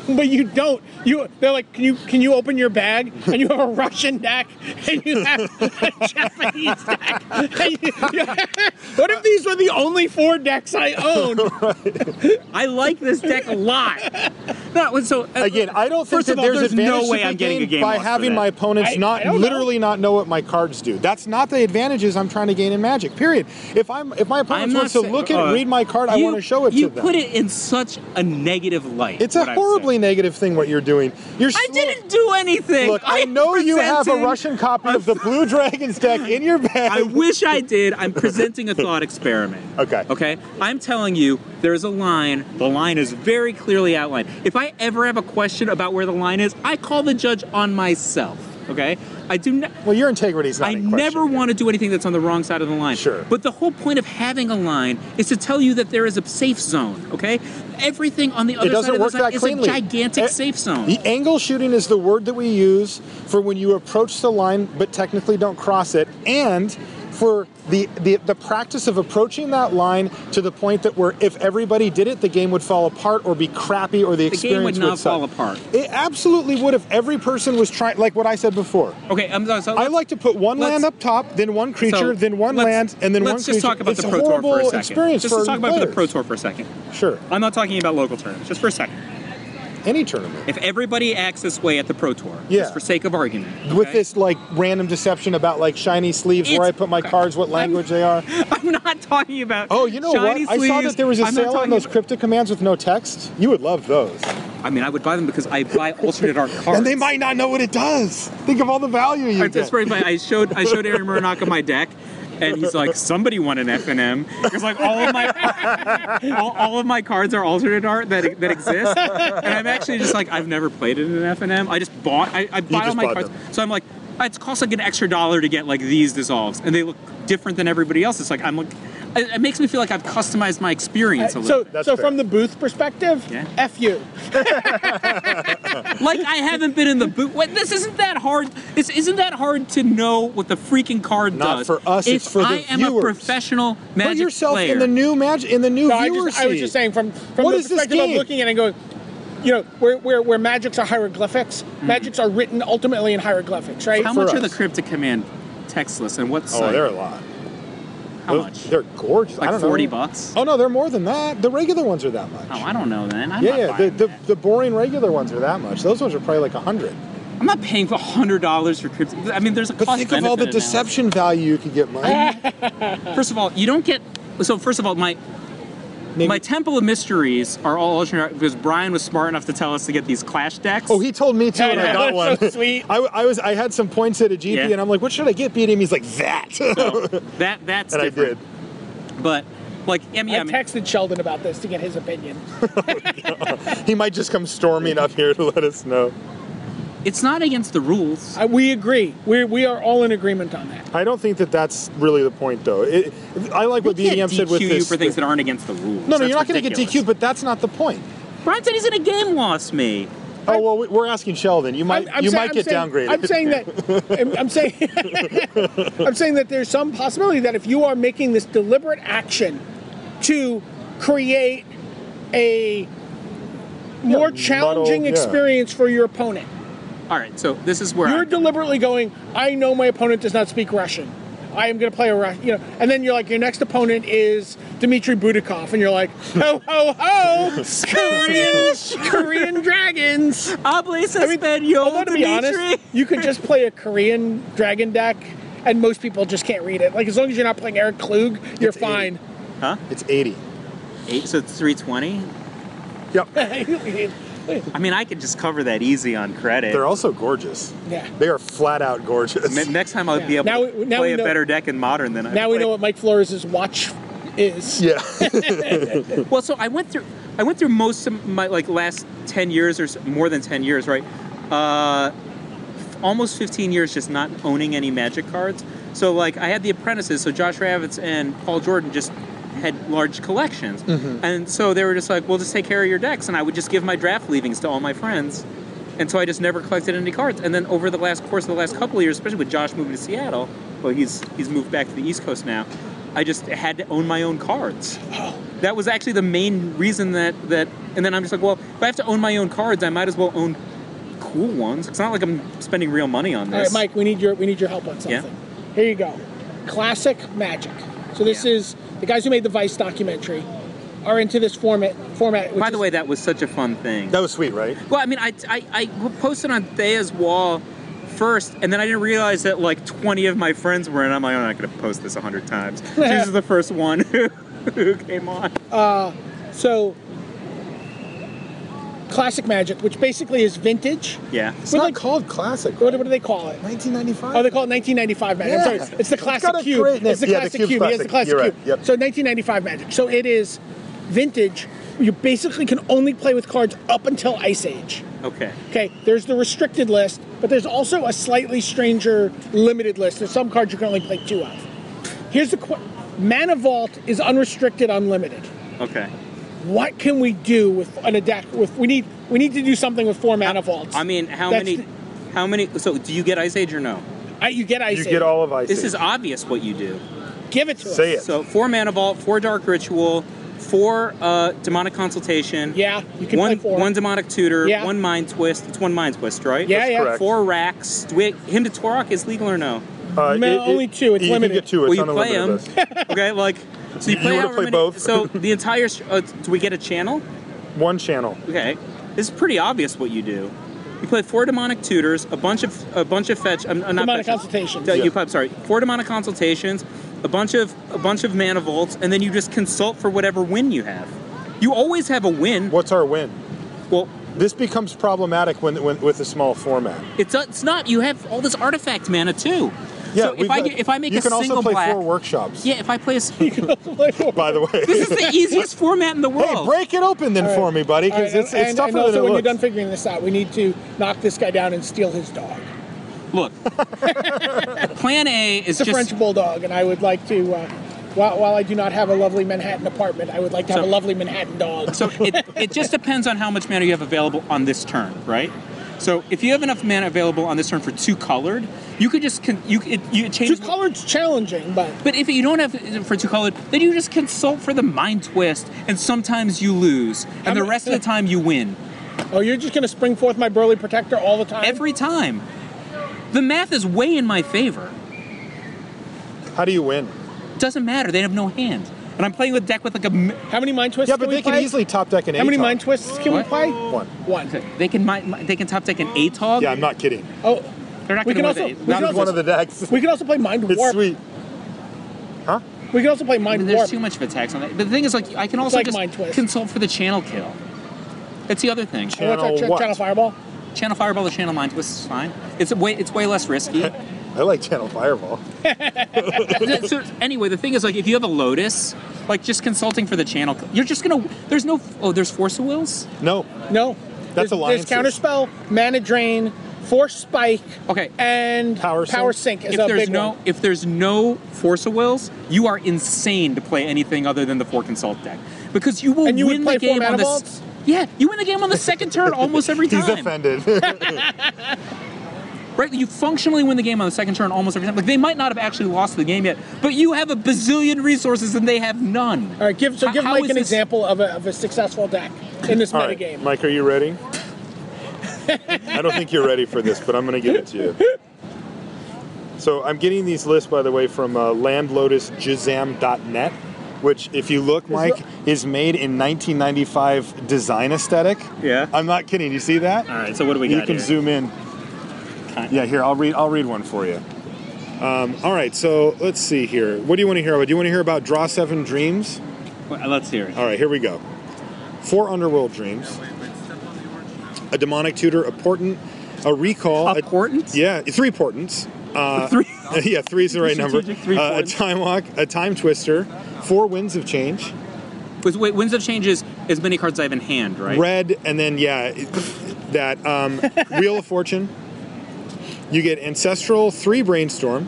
But you don't. You they're like, "Can you can you open your bag?" And you have a Russian deck, and you have a Japanese deck. And you, what if these were the only four decks I owned?
I like this deck a lot. No, so uh,
Again, I don't think
first
that
of all,
there's,
there's
advantage
no way
to the
I'm getting a game
by
loss for
having
that.
my opponents
I- I
not
don't know.
literally not know what my cards do. That's not the advantages I'm trying to gain in Magic. Period. If I'm if my
I'm
opponent
not
wants to
saying-
look at
uh,
read my card, I
you-
want to show it
you
to them.
put it in such a negative light.
it's a
what I'm
horribly
saying.
negative thing what you're doing. You're
I
sli-
didn't do anything.
Look, I
I'm
know you have a
presenting-
Russian copy of the Blue Dragons deck in your bag.
I wish I did. I'm presenting a thought experiment.
Okay.
Okay. I'm telling you, there's a line. The line is very clearly outlined. If I ever have a question about where the line is, I call the judge on myself. Okay. I do not.
well, your integrity's not
I
in question.
never want to do anything that's on the wrong side of the line.
Sure.
But the whole point of having a line is to tell you that there is a safe zone. Okay. Everything on the other
It doesn't
side of
work
the line
that
is
cleanly.
a gigantic
Eh,
safe zone.
The angle shooting is the word that we use for when you approach the line but technically don't cross it, and for the, the the practice of approaching that line to the point that where if everybody did it, the game would fall apart or be crappy or the
the game would
experience
not
suck.
fall apart.
It absolutely would if every person was trying, like what I said before.
Okay. I'm so
I
let's-
like to put one
let's-
land up top, then one creature,
So,
then one
let's-
land, and then one
let's
creature.
just talk about
it's
the
a
pro tour
horrible
for a second.
experience
just
for
to talk about the
players.
pro tour for a second.
Sure,
I'm not talking about local tournaments, just for a second.
any tournament.
If everybody acts this way at the pro tour,
Yeah.
just for sake of argument,
with
okay?
this like random deception about like shiny sleeves where I
It's-
put my cards, what language they are.
I'm not talking about.
Oh, you know
shiny
what? I saw
sleeves.
that there was a
I'm not
sale on
talking
those
about-
crypto commands with no text. You would love those.
I mean, I would buy them because I buy alternate art cards.
And they might not know what it does. Think of all the value you
It's-
get.
It's pretty funny. I showed I showed Aaron Muranaka my deck, and he's like, "Somebody won an F and M." Because like all of my all, all of my cards are alternate art that that exists, and I'm actually just like, I've never played it in an F and M. I just bought I, I bought all
just
my
bought
cards,
them.
so I'm like, it costs like an extra dollar to get like these dissolves, and they look different than everybody else. It's like I'm like, it, it makes me feel like I've customized my experience a little.
So,
That's
so
fair.
from the booth perspective,
Yeah.
f you.
Like I haven't been in the boot. Wait, this isn't that hard. This isn't that hard to know what the freaking card
Not
does.
for us,
If
it's for the
I am a
viewers.
professional magic
Put yourself
player.
in the new magic in the new
No, I,
viewer
just, I was
seat.
just saying from from
What
the
is this
perspective of
game?
looking at it and going, you know, where where where magics are hieroglyphics. Magics are written ultimately in hieroglyphics, right?
Mm-hmm. How
for
much are
us.
the cryptic command textless and what's
Oh, they're a lot.
how
Those-
much?
They're gorgeous. I
like
don't know.
forty bucks?
Oh no, they're more than that. The regular ones are that much.
Oh, I don't know then. I'm
yeah,
not
yeah. The,
buying
the,
that.
the boring regular ones are that much. Those ones are probably like a hundred.
I'm not paying for hundred dollars for cryptic. I mean, there's a
But
cost
think of all the
benefit analysis.
deception value you could get, Mike.
First of all, you don't get. So first of all, my
Maybe-
my Temple of Mysteries are all alternate because Brian was smart enough to tell us to get these clash decks.
Oh, he told me too,
I
and
know,
I got one.
that's so sweet.
I, I was I had some points at a GP,
Yeah.
and I'm like, what should I get? Beat him. He's like that,
that that's
and I did.
different. But like, E I mean,
I
I mean,
texted Sheldon about this to get his opinion.
He might just come storming up here to let us know.
it's not against the rules.
I, we agree. We we are all in agreement on that.
I don't think that that's really the point, though. It, I like what
You can't
BDM said with
DQ
this.
you for things that aren't against the rules.
no, no,
That's
you're not going to get
ridiculous.
DQ, but that's not the point.
Brian said he's in a game lost me.
Oh well, we- we're asking Sheldon. You might you
say-
might get
saying,
downgraded.
I'm saying that I'm, I'm saying I'm saying that there's some possibility that if you are making this deliberate action to create a more
muddled,
challenging
yeah.
experience for your opponent.
All right, so this is where
You're
I'm-
deliberately going, I know my opponent does not speak Russian. I am going to play a Russian, you know, and then you're like, your next opponent is Dmitry Budikov, and you're like, ho ho ho, Korean, Korean dragons.
Oblate
Although to be honest, you could just play a Korean dragon deck, and most people just can't read it. Like as long as you're not playing Eric Klug, you're
It's
fine.
it's 80.
Eight, so it's 320.
Yep,
I mean, I could just cover that easy on credit.
they're also gorgeous.
Yeah.
they are flat out gorgeous.
Ne- Next time I'll be
Yeah.
able
Now
to
we- now
play
we
a
know-
better deck in modern than I.
now we
played.
know what Mike Flores' watch is.
yeah,
Well, so I went through. I went through most of my like last 10 years or s- more than 10 years, right? Uh, almost 15 years just not owning any magic cards. So like I had the apprentices, so Josh Ravitz and Paul Jordan just had large collections.
Mm-hmm.
And so they were just like, "We'll just take care of your decks." And I would just give my draft leavings to all my friends. And so I just never collected any cards. And then over the last course of the last couple of years, especially with Josh moving to Seattle, well he's he's moved back to the East Coast now. I just had to own my own cards. That was actually the main reason that that and then I'm just like, well, if I have to own my own cards, I might as well own cool ones. It's not like I'm spending real money on
All right,
this.
Mike, we need your we need your help on
Yeah.
something. Here you go. Classic magic. So this
Yeah.
is the guys who made the Vice documentary. are into this format. Format. Which
By the way, that was such a fun thing.
That was sweet, right?
Well, I mean, I, I, I posted on Thea's wall first, and then I didn't realize that like 20 of my friends were in. I'm like, I'm not going to post this 100 times. She's the first one who, who came on.
is, so classic magic, which basically is vintage.
Yeah.
It's
We're
not
like-
called classic.
What,
right?
what do they call it?
1995.
Oh, they call it 1995 Magic. I'm
Yeah.
sorry. It's the
It's
classic
got a
cube.
great name.
It's the
Yeah, the
classic
cube's
cube. Yes, the
classic.
classic
You're
cube.
right. Yep.
So 1995 Magic. So it is vintage. You basically can only play with cards up until Ice Age.
Okay.
Okay, there's the restricted list, but there's also a slightly stranger limited list. There's some cards you can only play two of. Here's the qu- Mana Vault is unrestricted, unlimited.
Okay.
What can we do with an adapt? With we need we need to do something with four Mana Vaults.
I mean, how
That's
many? How many? So, do you get Ice Age or no?
I, you get Ice
You
Age.
get all of Ice
This
Age.
is obvious what you do.
Give it to us.
Say it.
So, four Mana Vault, four Dark Ritual, four uh, Demonic Consultation.
Yeah, you can
one
play four.
one demonic tutor,
Yeah.
one mind twist. It's one mind twist, right?
Yeah, That's yeah. correct.
Four racks. Do we, him to Torok is legal or no?
Uh,
No, only two. It's
you
limited.
can get two. It's
Will you play
unlimited.
him?
list.
okay, like so you
You
play.
wanna
however
play
many-
both?
So the entire. Sh- uh, do we get a channel?
One channel.
Okay, this is pretty obvious what you do. You play four demonic tutors, a bunch of a bunch of fetch. Um, uh, not
Demonic
fetches.
consultations.
Uh, You
Yeah.
play, sorry, four demonic consultations, a bunch of a bunch of mana vaults, and then you just consult for whatever win you have. You always have a win.
What's our win?
Well,
This becomes problematic when, when with a small format.
It's uh, it's not. You have all this artifact mana too.
Yeah,
So if
we've
I
got-
get- if I make
you
a
can
single
also play
black-
four workshops.
Yeah, if I play a. s-
Play four.
By the way.
this is the easiest format in the world.
hey, break it open then for me, buddy,
All right,
because it's,
and,
it's tougher
and also
than it
when
looks.
you're done figuring this out, we need to knock this guy down and steal his dog.
Look, Plan A is
It's a
just
French bulldog, and I would like to. Uh, while, while I do not have a lovely Manhattan apartment, I would like to have
So-
a lovely Manhattan dog.
so it, it just depends on how much mana you have available on this turn, right? So if you have enough mana available on this turn for two colored, you could just con- you it, you
Two
change.
coloreds challenging, but
but if you don't have for two colored, then you just consult for the mind twist, and sometimes you lose, and the
I'm-
rest of the time you win.
oh, you're just gonna spring forth my burly protector all the time.
Every time, the math is way in my favor.
How do you win?
Doesn't matter. They have no hand. And I'm playing with a deck with like a. m-
How many mind twists?
Yeah, but
can we
they can
play?
easily top deck an
How many
A-top.
mind twists can
What?
we play?
One.
One.
They can mi- mi- they can top deck an A tog.
Yeah, I'm not kidding.
Oh,
They're not
we
going
can
to
also we
win. the-
That
can
was
also,
one of the decks.
we can also play mind
It's
warp.
sweet.
We can also play mind
There's
warp.
too much of attacks on that. But the thing is, like, I can also
like Mind
just
Twist.
consult for the channel kill. That's the other thing.
And what's our
Channel
ch-
what?
channel fireball?
Channel fireball or channel mind twist is fine. It's way it's way less risky.
I like Channel Fireball.
so anyway, the thing is, like, if you have a lotus, like just consulting for the channel, kill, you're just gonna. There's no. Oh, there's force of wills.
No.
No. there's,
That's
there's
alliances.
counterspell, mana drain, force spike,
Okay.
and
Power Sink?
sink is
if
a
there's
big
no
one.
if there's no force of wills, you are insane to play anything other than the four consult deck because you will
And you would
win
play
the game
four
on the
mana
s- yeah you win the game on the second turn almost every time
He's offended.
right you functionally win the game on the second turn almost every time like they might not have actually lost the game yet but you have a bazillion resources and they have none
All right, give so
How-
give
how
Mike
is
an
this-
example of a, of a successful deck in this
All
meta
right,
game.
Mike, are you ready? I don't think you're ready for this, but I'm going to give it to you. So I'm getting these lists, by the way, from uh, landlotusjazam.net, which, if you look, Mike, is made in 1995 design aesthetic.
Yeah.
I'm not kidding. You see that?
all right so what do we
you
got
can
here?
zoom in. Yeah, here I'll read. I'll read one for you. Um, all right, so let's see here. What do you want to hear about? Do you want to hear about Draw Seven Dreams?
Well, let's hear it
All right, here we go. Four underworld dreams. A demonic tutor, a portent, a recall. a-
important
yeah, three portents. Uh, three. Yeah, three's the right number.
Strategic three
Uh, a
portents.
time walk, a time twister, four winds of change,
Because, wait winds of change is as many cards i have in hand right
red, and then yeah, it- that um, wheel of fortune. You get ancestral, three brainstorm,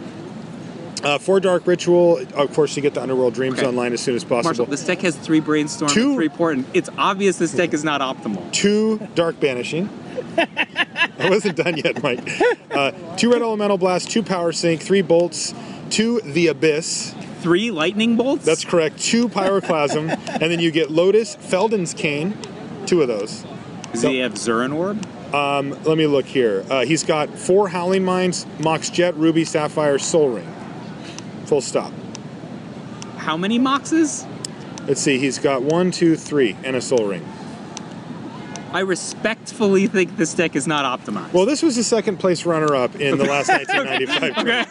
uh, four dark ritual. Of course, you get the underworld dreams
Okay.
online as soon as possible.
Marshall, this deck has three brainstorm,
Two-
and three portent. It's obvious this deck is not optimal.
two dark banishing. I wasn't done yet, Mike. Uh, two red elemental blast, two power sink, three bolts, two the abyss.
Three lightning bolts.
That's correct. Two pyroclasm, and then you get lotus, Felden's cane, two of those.
Does he have Zurin Orb?
Let me look here. Uh, he's got four howling mines, Mox jet, ruby, sapphire, soul ring. Full stop.
How many moxes?
Let's see, he's got one, two, three, and a soul ring.
I respectfully think this deck is not optimized.
Well, this was the second place runner up in the last 1995. okay.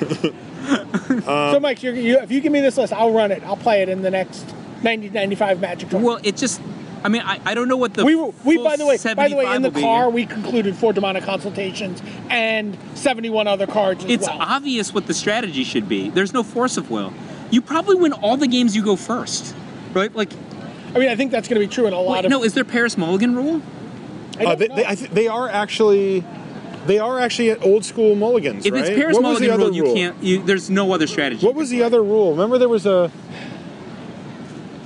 um,
so, Mike, you're, you, if you give me this list, I'll run it. I'll play it in the next 90, 95 Magic tournament.
Well, it just. I mean, I, I don't know what the
we were, we
full
by the way by the way
75
in the
will be.
car we concluded four demonic consultations and 71 other cards as
It's
well.
obvious what the strategy should be. There's no force of will. You probably win all the games you go first, right? Like,
I mean, I think that's going to be true in a lot
wait,
of.
no, is there Paris Mulligan rule?
I don't
Uh, they,
know.
they, I th- they are actually, they are actually at old school mulligans,
If
right?
it's Paris
what was the
Mulligan
other
rule, you can't. You, there's no other strategy.
What was the other rule? Remember, there was a.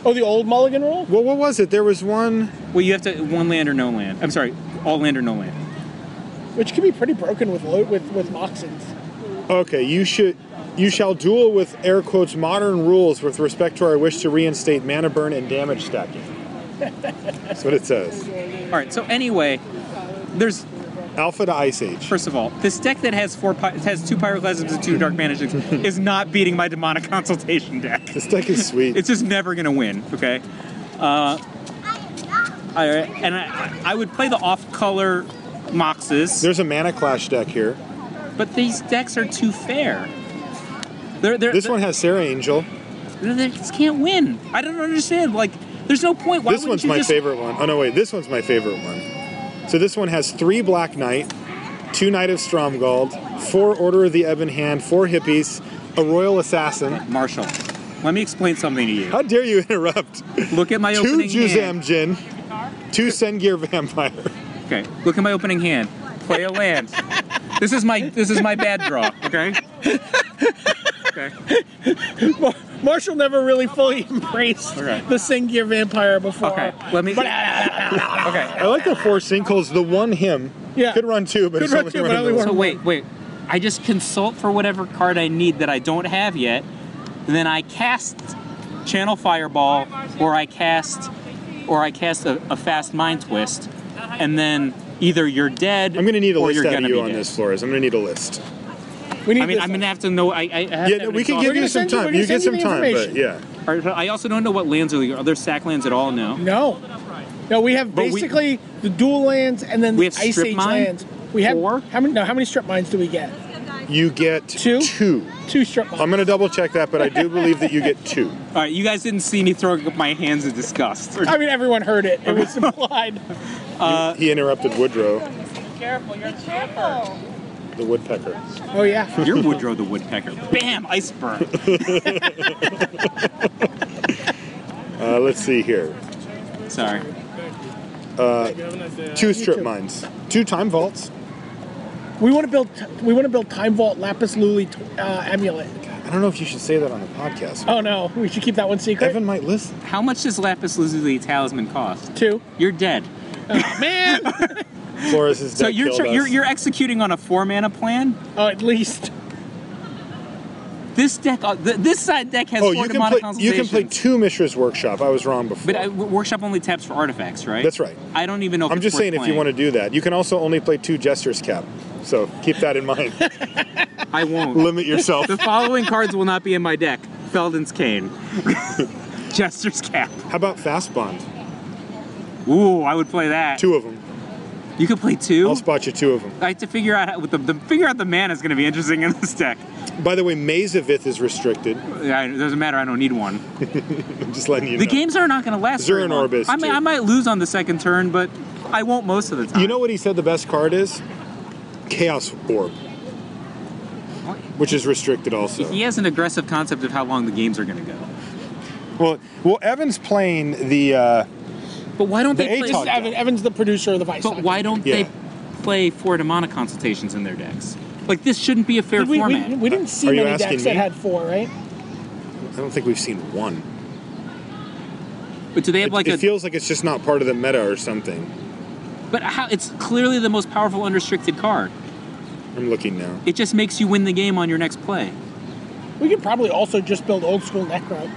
oh, the old Mulligan rule.
Well, what was it? There was one.
Well, you have to one land or no land. I'm sorry, all land or no land.
which can be pretty broken with lo- with with moxins.
Okay, you should. You shall duel with air quotes modern rules with respect to our wish to reinstate mana burn and damage stacking. That's what it says.
All right. So anyway, there's
Alpha to Ice Age.
First of all, this deck that has four pi- has two pyroclasms and two dark managers is not beating my demonic consultation deck.
This deck is sweet.
It's just never gonna win. Okay. Uh, all right, and I, I would play the off-color Moxes,
There's a mana clash deck here.
but these decks are too fair. They're, they're,
This one has Sarah Angel.
they they just can't win. I don't understand. Like, there's no point. Why
this
wouldn't
one's
you
my
just-
favorite one. Oh no, wait, this one's my favorite one. So this one has three Black Knight, two Knight of Stromgold, four Order of the Ebon Hand, four Hippies, a Royal Assassin.
Marshall, let me explain something to you.
How dare you interrupt?
Look at my
two
opening hand.
Juzam Jin, two Sengir Vampire.
Okay, look at my opening hand. Play a land. this is my this is my bad draw. Okay. Okay.
Marshall never really fully embraced
Okay.
the Singir vampire before.
Okay. Let me. okay.
I like the four sinkholes. The one him
Yeah.
could run two, but
Could
it's
run
only
two, but
running
only
the
one.
So wait, wait. I just consult for whatever card I need that I don't have yet, and then I cast Channel Fireball, or I cast, or I cast a, a fast Mind Twist, and then either you're dead.
I'm gonna need a
or
list
you're
out
gonna
of you
be
on
dead.
this, Flores. I'm gonna need a list.
We need
I mean,
this
I'm
one.
gonna have to know. I, I have to
Yeah, no,
have
we
an
can
exhaustive-
give you
gonna
some
send you- we're
time.
gonna
You get
send you
some
the
time, but
information.
yeah.
All right, so I also don't know what lands are. Are there sack lands at all? No.
No. No, we have
But we-
basically the dual lands and then
We have
the Ice
strip
Age
mine?
lands. We have
Four?
how many? No, how many strip mines do we get?
You get
Two?
two.
Two strip mines.
I'm gonna double check that, but I do believe that you get two.
All right, you guys didn't see me throwing up my hands in disgust.
I mean, everyone heard it. It was implied.
Uh,
He interrupted Woodrow,
Careful.
the woodpecker.
Oh yeah.
You're Woodrow the Woodpecker. Bam, iceberg.
Uh, let's see here.
Sorry.
Two strip mines, two time vaults.
We want to build. We want to build Time Vault Lapis Lazuli uh, amulet.
I don't know if you should say that on the podcast.
Oh no, we should keep that one secret.
Evan might listen.
How much does Lapis Lazuli Talisman cost?
Two. Oh,
You're dead.
Man.
Flores is
So you're, tr- you're you're executing on a four mana plan.
oh, at least.
This deck, uh, th- this side deck has
Oh,
four
you can
demonic
play. You can play
consultations.
two Mishra's Workshop. I was wrong before.
But I, w- workshop only taps for artifacts, right?
That's right.
I don't even know. If
I'm
it's
just
worth
saying, if you
playing.
want to do that, you can also only play two Jester's Cap. So keep that in mind.
I won't.
Limit yourself.
the following cards will not be in my deck: Felden's Cane, Jester's Cap.
How about Fast Bond?
Ooh, I would play that.
Two of them.
You could play two.
I'll spot you two of them.
I have to figure out how, with the, the figure out the mana is going to be interesting in this deck.
By the way, Maze of Ith is restricted.
Yeah, it doesn't matter. I don't need one.
I'm just letting you
The
know.
games are not going to last. very
Zurin
long.
Orbis,
I might,
too.
I might lose on the second turn, but I won't most of the time.
You know what he said the best card is? Chaos Orb. Which is restricted also.
he has an aggressive concept of how long the games are going to go.
Well, well, Evan's playing the. Uh,
But why don't
The
they?
Aton-
Play,
Talk
Evan, Evan's the producer of the Vice.
but
Talk.
why don't
Yeah.
they play four demonic consultations in their decks? Like this shouldn't be a fair
Did we, we,
format.
we didn't see
Are you
many
asking
decks that
me?
had four, right?
I don't think we've seen one.
but do they have
It,
like
it
a?
feels like it's just not part of the meta or something.
but how? It's clearly the most powerful unrestricted card.
I'm looking now.
It just makes you win the game on your next play.
We could probably also just build old school Necro.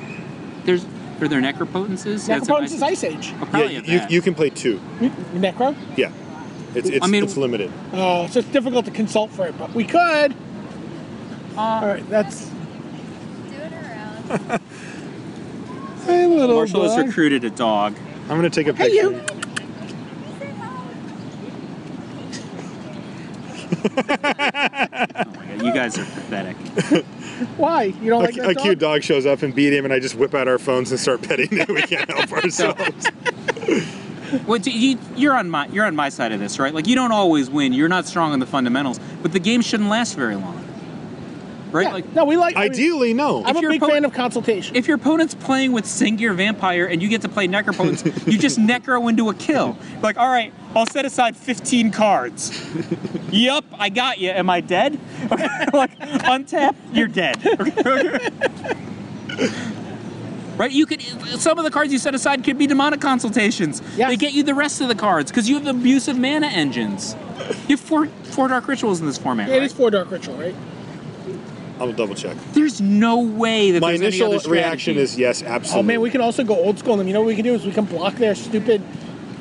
There's are there necropotences? That's an
Necropotence is Ice Age.
Oh,
Yeah,
probably
you,
of
you,
that.
can play two.
Necro?
Yeah. It's, it's,
I mean-
it's limited.
Uh, so it's difficult to consult for it, but we could.
Uh,
All right, that's.
Do it around.
Hey, little
Marshall has
dog.
recruited a dog.
I'm gonna take a picture.
you.
Oh my God, you guys are pathetic.
Why? You don't
A,
like that
a
dog?
cute dog shows up and beat him, and I just whip out our phones and start petting him. We can't help ourselves.
Well, do you, you're on my you're on my side of this, right? Like you don't always win. You're not strong on the fundamentals, but the game shouldn't last very long, right?
Yeah.
Like
no, we like. I mean,
Ideally, no.
I'm
if
a
you're
big
po-
fan of consultation.
if your opponent's playing with Singir Vampire and you get to play Necropotence, you just Necro into a kill. Like, all right, I'll set aside 15 cards. yup, I got you. Am I dead? like, untap, you're dead. Right, you could. Some of the cards you set aside could be demonic consultations.
Yes.
They get you the rest of the cards because you have abusive mana engines. You have four four dark rituals in this format.
It
right?
is four dark ritual, right? Oh,
I'll double check.
There's no way that
My
there's any
initial
other strategy.
reaction is yes,
Oh
absolutely.
man, we can also go old school on them. You know what we can do is we can block their stupid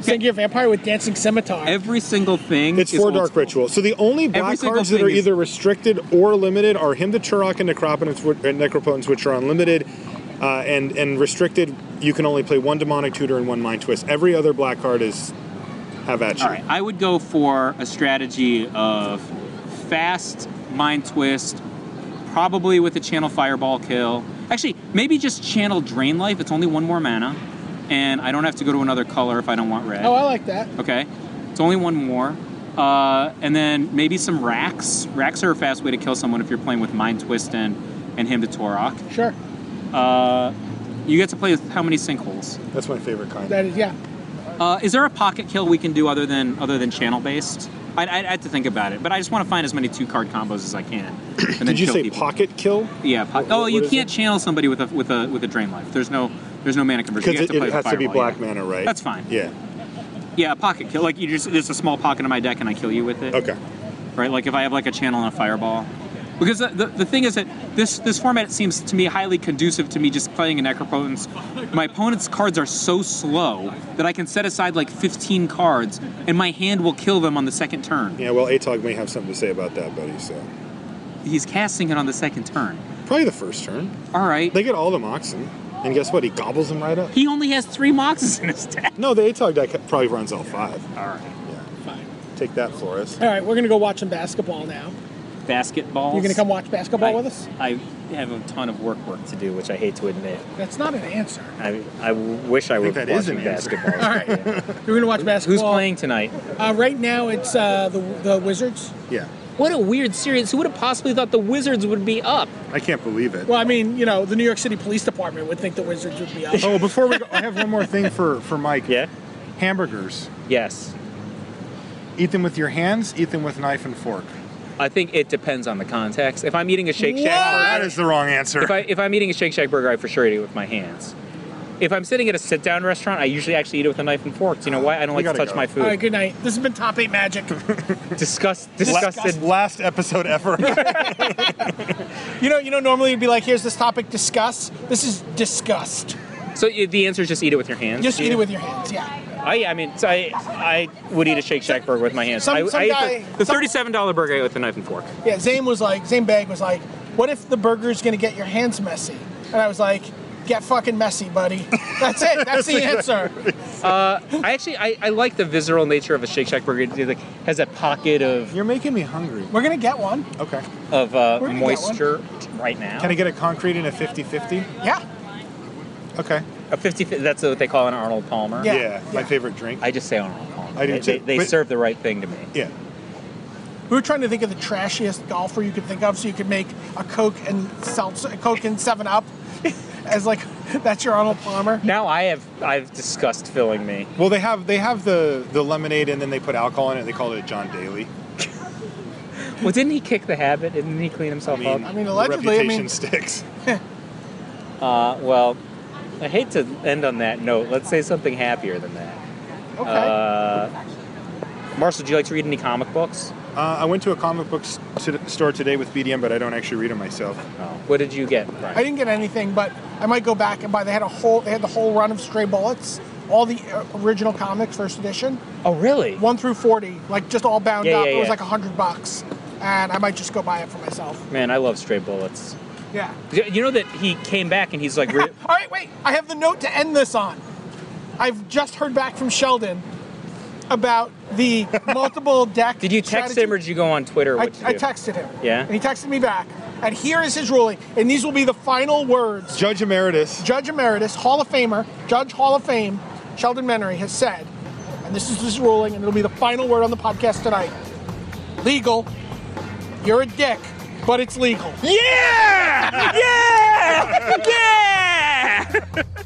Sengir vampire with dancing scimitar.
every single thing.
It's
is
four
old
dark
school.
rituals. So the only black
single
cards that
thing
are
is-
either restricted or limited are Hymn to Turok and Necropotence, whi- and Necropotence which are unlimited. Uh, and and restricted, you can only play one demonic tutor and one mind twist. Every other black card is have at you.
All right, I would go for a strategy of fast mind twist, probably with a channel fireball kill. Actually, maybe just channel drain life. It's only one more mana, and I don't have to go to another color if I don't want red.
oh, I like that.
Okay, it's only one more. Uh, and then maybe some racks. Racks are a fast way to kill someone if you're playing with mind twist and and him to Torok.
Sure,
Uh, you get to play with how many sinkholes?
That's my favorite kind.
that is yeah.
Uh, is there a pocket kill we can do other than other than channel based? I'd, I'd have to think about it, but I just want to find as many two card combos as I can. And then
Did you
kill
say
people.
pocket kill?
Yeah. Po-
What-
oh,
what
you
is
can't channel somebody with a with a with a drain life. There's no there's no mana conversion. You
Because
have
it,
to play
it has
with
to be
Fireball,
black mana, right?
That's fine.
Yeah.
Yeah. yeah, a pocket kill. Like you just there's a small pocket in my deck and I kill you with it.
Okay.
Right. Like if I have like a channel and a fireball. Because the, the, the thing is that this this format seems to me highly conducive to me just playing a necropotence. My opponent's cards are so slow that I can set aside like 15 cards and my hand will kill them on the second turn.
Yeah. Well, Atog may have something to say about that, buddy. So
He's casting it on the second turn.
probably the first turn.
All right.
They get all the Moxen, and guess what? He gobbles them right up.
he only has three moxes in his deck.
No, the Atog deck probably runs all five.
All right.
Take that, Flores.
All right, we're gonna go watch some basketball now.
Basketballs.
You're gonna come watch basketball
I-
with us?
I have a ton of work work to do, which I hate to admit.
That's not an answer.
I, I w- wish I,
think
were
that
watching
is an answer.
basketball.
All right, we're gonna watch basketball.
Who's playing tonight?
Uh, right now, it's uh, the the Wizards.
Yeah.
What a weird series. Who would have possibly thought the Wizards would be up?
I can't believe it.
Well, I mean, you know, the New York City Police Department would think the Wizards would be up.
oh, before we go, I have one more thing for, for Mike.
Yeah?
Hamburgers.
Yes.
Eat them with your hands, eat them with knife and fork.
I think it depends on the context. If I'm eating a Shake Shack,
Oh, that is the wrong answer.
if I if I'm eating a Shake Shack burger, I for sure eat it with my hands. If I'm sitting at a sit down restaurant, I usually actually eat it with a knife and fork. Do you know why? I don't
We
like to
gotta
touch
go.
my
All right,
food.
good night. This has been Top Eight Magic.
Disgust,
La-
disgusted.
last episode ever.
you know, you know, normally you'd be like, "Here's this topic, discuss." This is disgust.
So y- the answer is just eat it with your hands.
Just eat
Yeah.
it with your hands. Yeah.
I, I mean, so I I would eat a Shake Shack burger with my hands.
Some-
I,
some
I ate
guy-
the, the thirty-seven dollar burger I ate with a knife and fork.
Yeah, Zane was like, Zane Bag was like, what if the burger's gonna get your hands messy? And I was like, get fucking messy, buddy. That's it, that's the answer.
I actually I, I like the visceral nature of a Shake Shack burger. It like has that pocket of
You're making me hungry.
We're gonna get one.
Okay.
of uh,
Where did you get one?
moisture right now.
Can I get a concrete and a 50 50?
Yeah.
Okay.
a fifty? That's what they call an Arnold Palmer.
Yeah.
My favorite drink.
I just say Arnold Palmer.
I do
They-
too.
They, they
But-
serve the right thing to me.
yeah.
We were trying to think of the trashiest golfer you could think of so you could make a Coke and seltzer, a Coke and 7 Up as like, that's your Arnold Palmer.
Now I have I've discussed filling me.
Well, they have they have the the lemonade and then they put alcohol in it. They call it a John Daly.
Well, didn't he kick the habit? Didn't he clean himself
I mean, allegedly, I
the
mean-
reputation sticks.
up? Uh, well, I hate to end on that note. Let's say something happier than that.
Okay.
Uh, Marshall, do you like to read any comic books?
Uh, I went to a comic book s- to- store today with BDM, but I don't actually read them myself.
What did you get?
I didn't get anything, but I might go back and buy. They had a whole, they had the whole run of Stray Bullets, all the uh, original comics, first edition,
Oh, really?
one through forty, like just all bound
Yeah,
up.
yeah,
It was
yeah.
like hundred bucks, and I might just go buy it for myself.
Man, I love Stray Bullets.
Yeah.
You you know that he came back and he's like, re-
All right, wait. I have the note to end this on. I've just heard back from Sheldon about the multiple deck.
"Did you text
strategy.
him or did you go on Twitter?" Or
I,
what you
I
do?
texted him.
Yeah?
And he texted me back. And here is his ruling. And these will be the final words.
Judge Emeritus.
Judge Emeritus, Hall of Famer, Judge Hall of Fame, Sheldon Menery has said, and this is his ruling, and it'll be the final word on the podcast tonight. Legal. You're a dick, but it's legal.
Yeah! yeah! Yeah!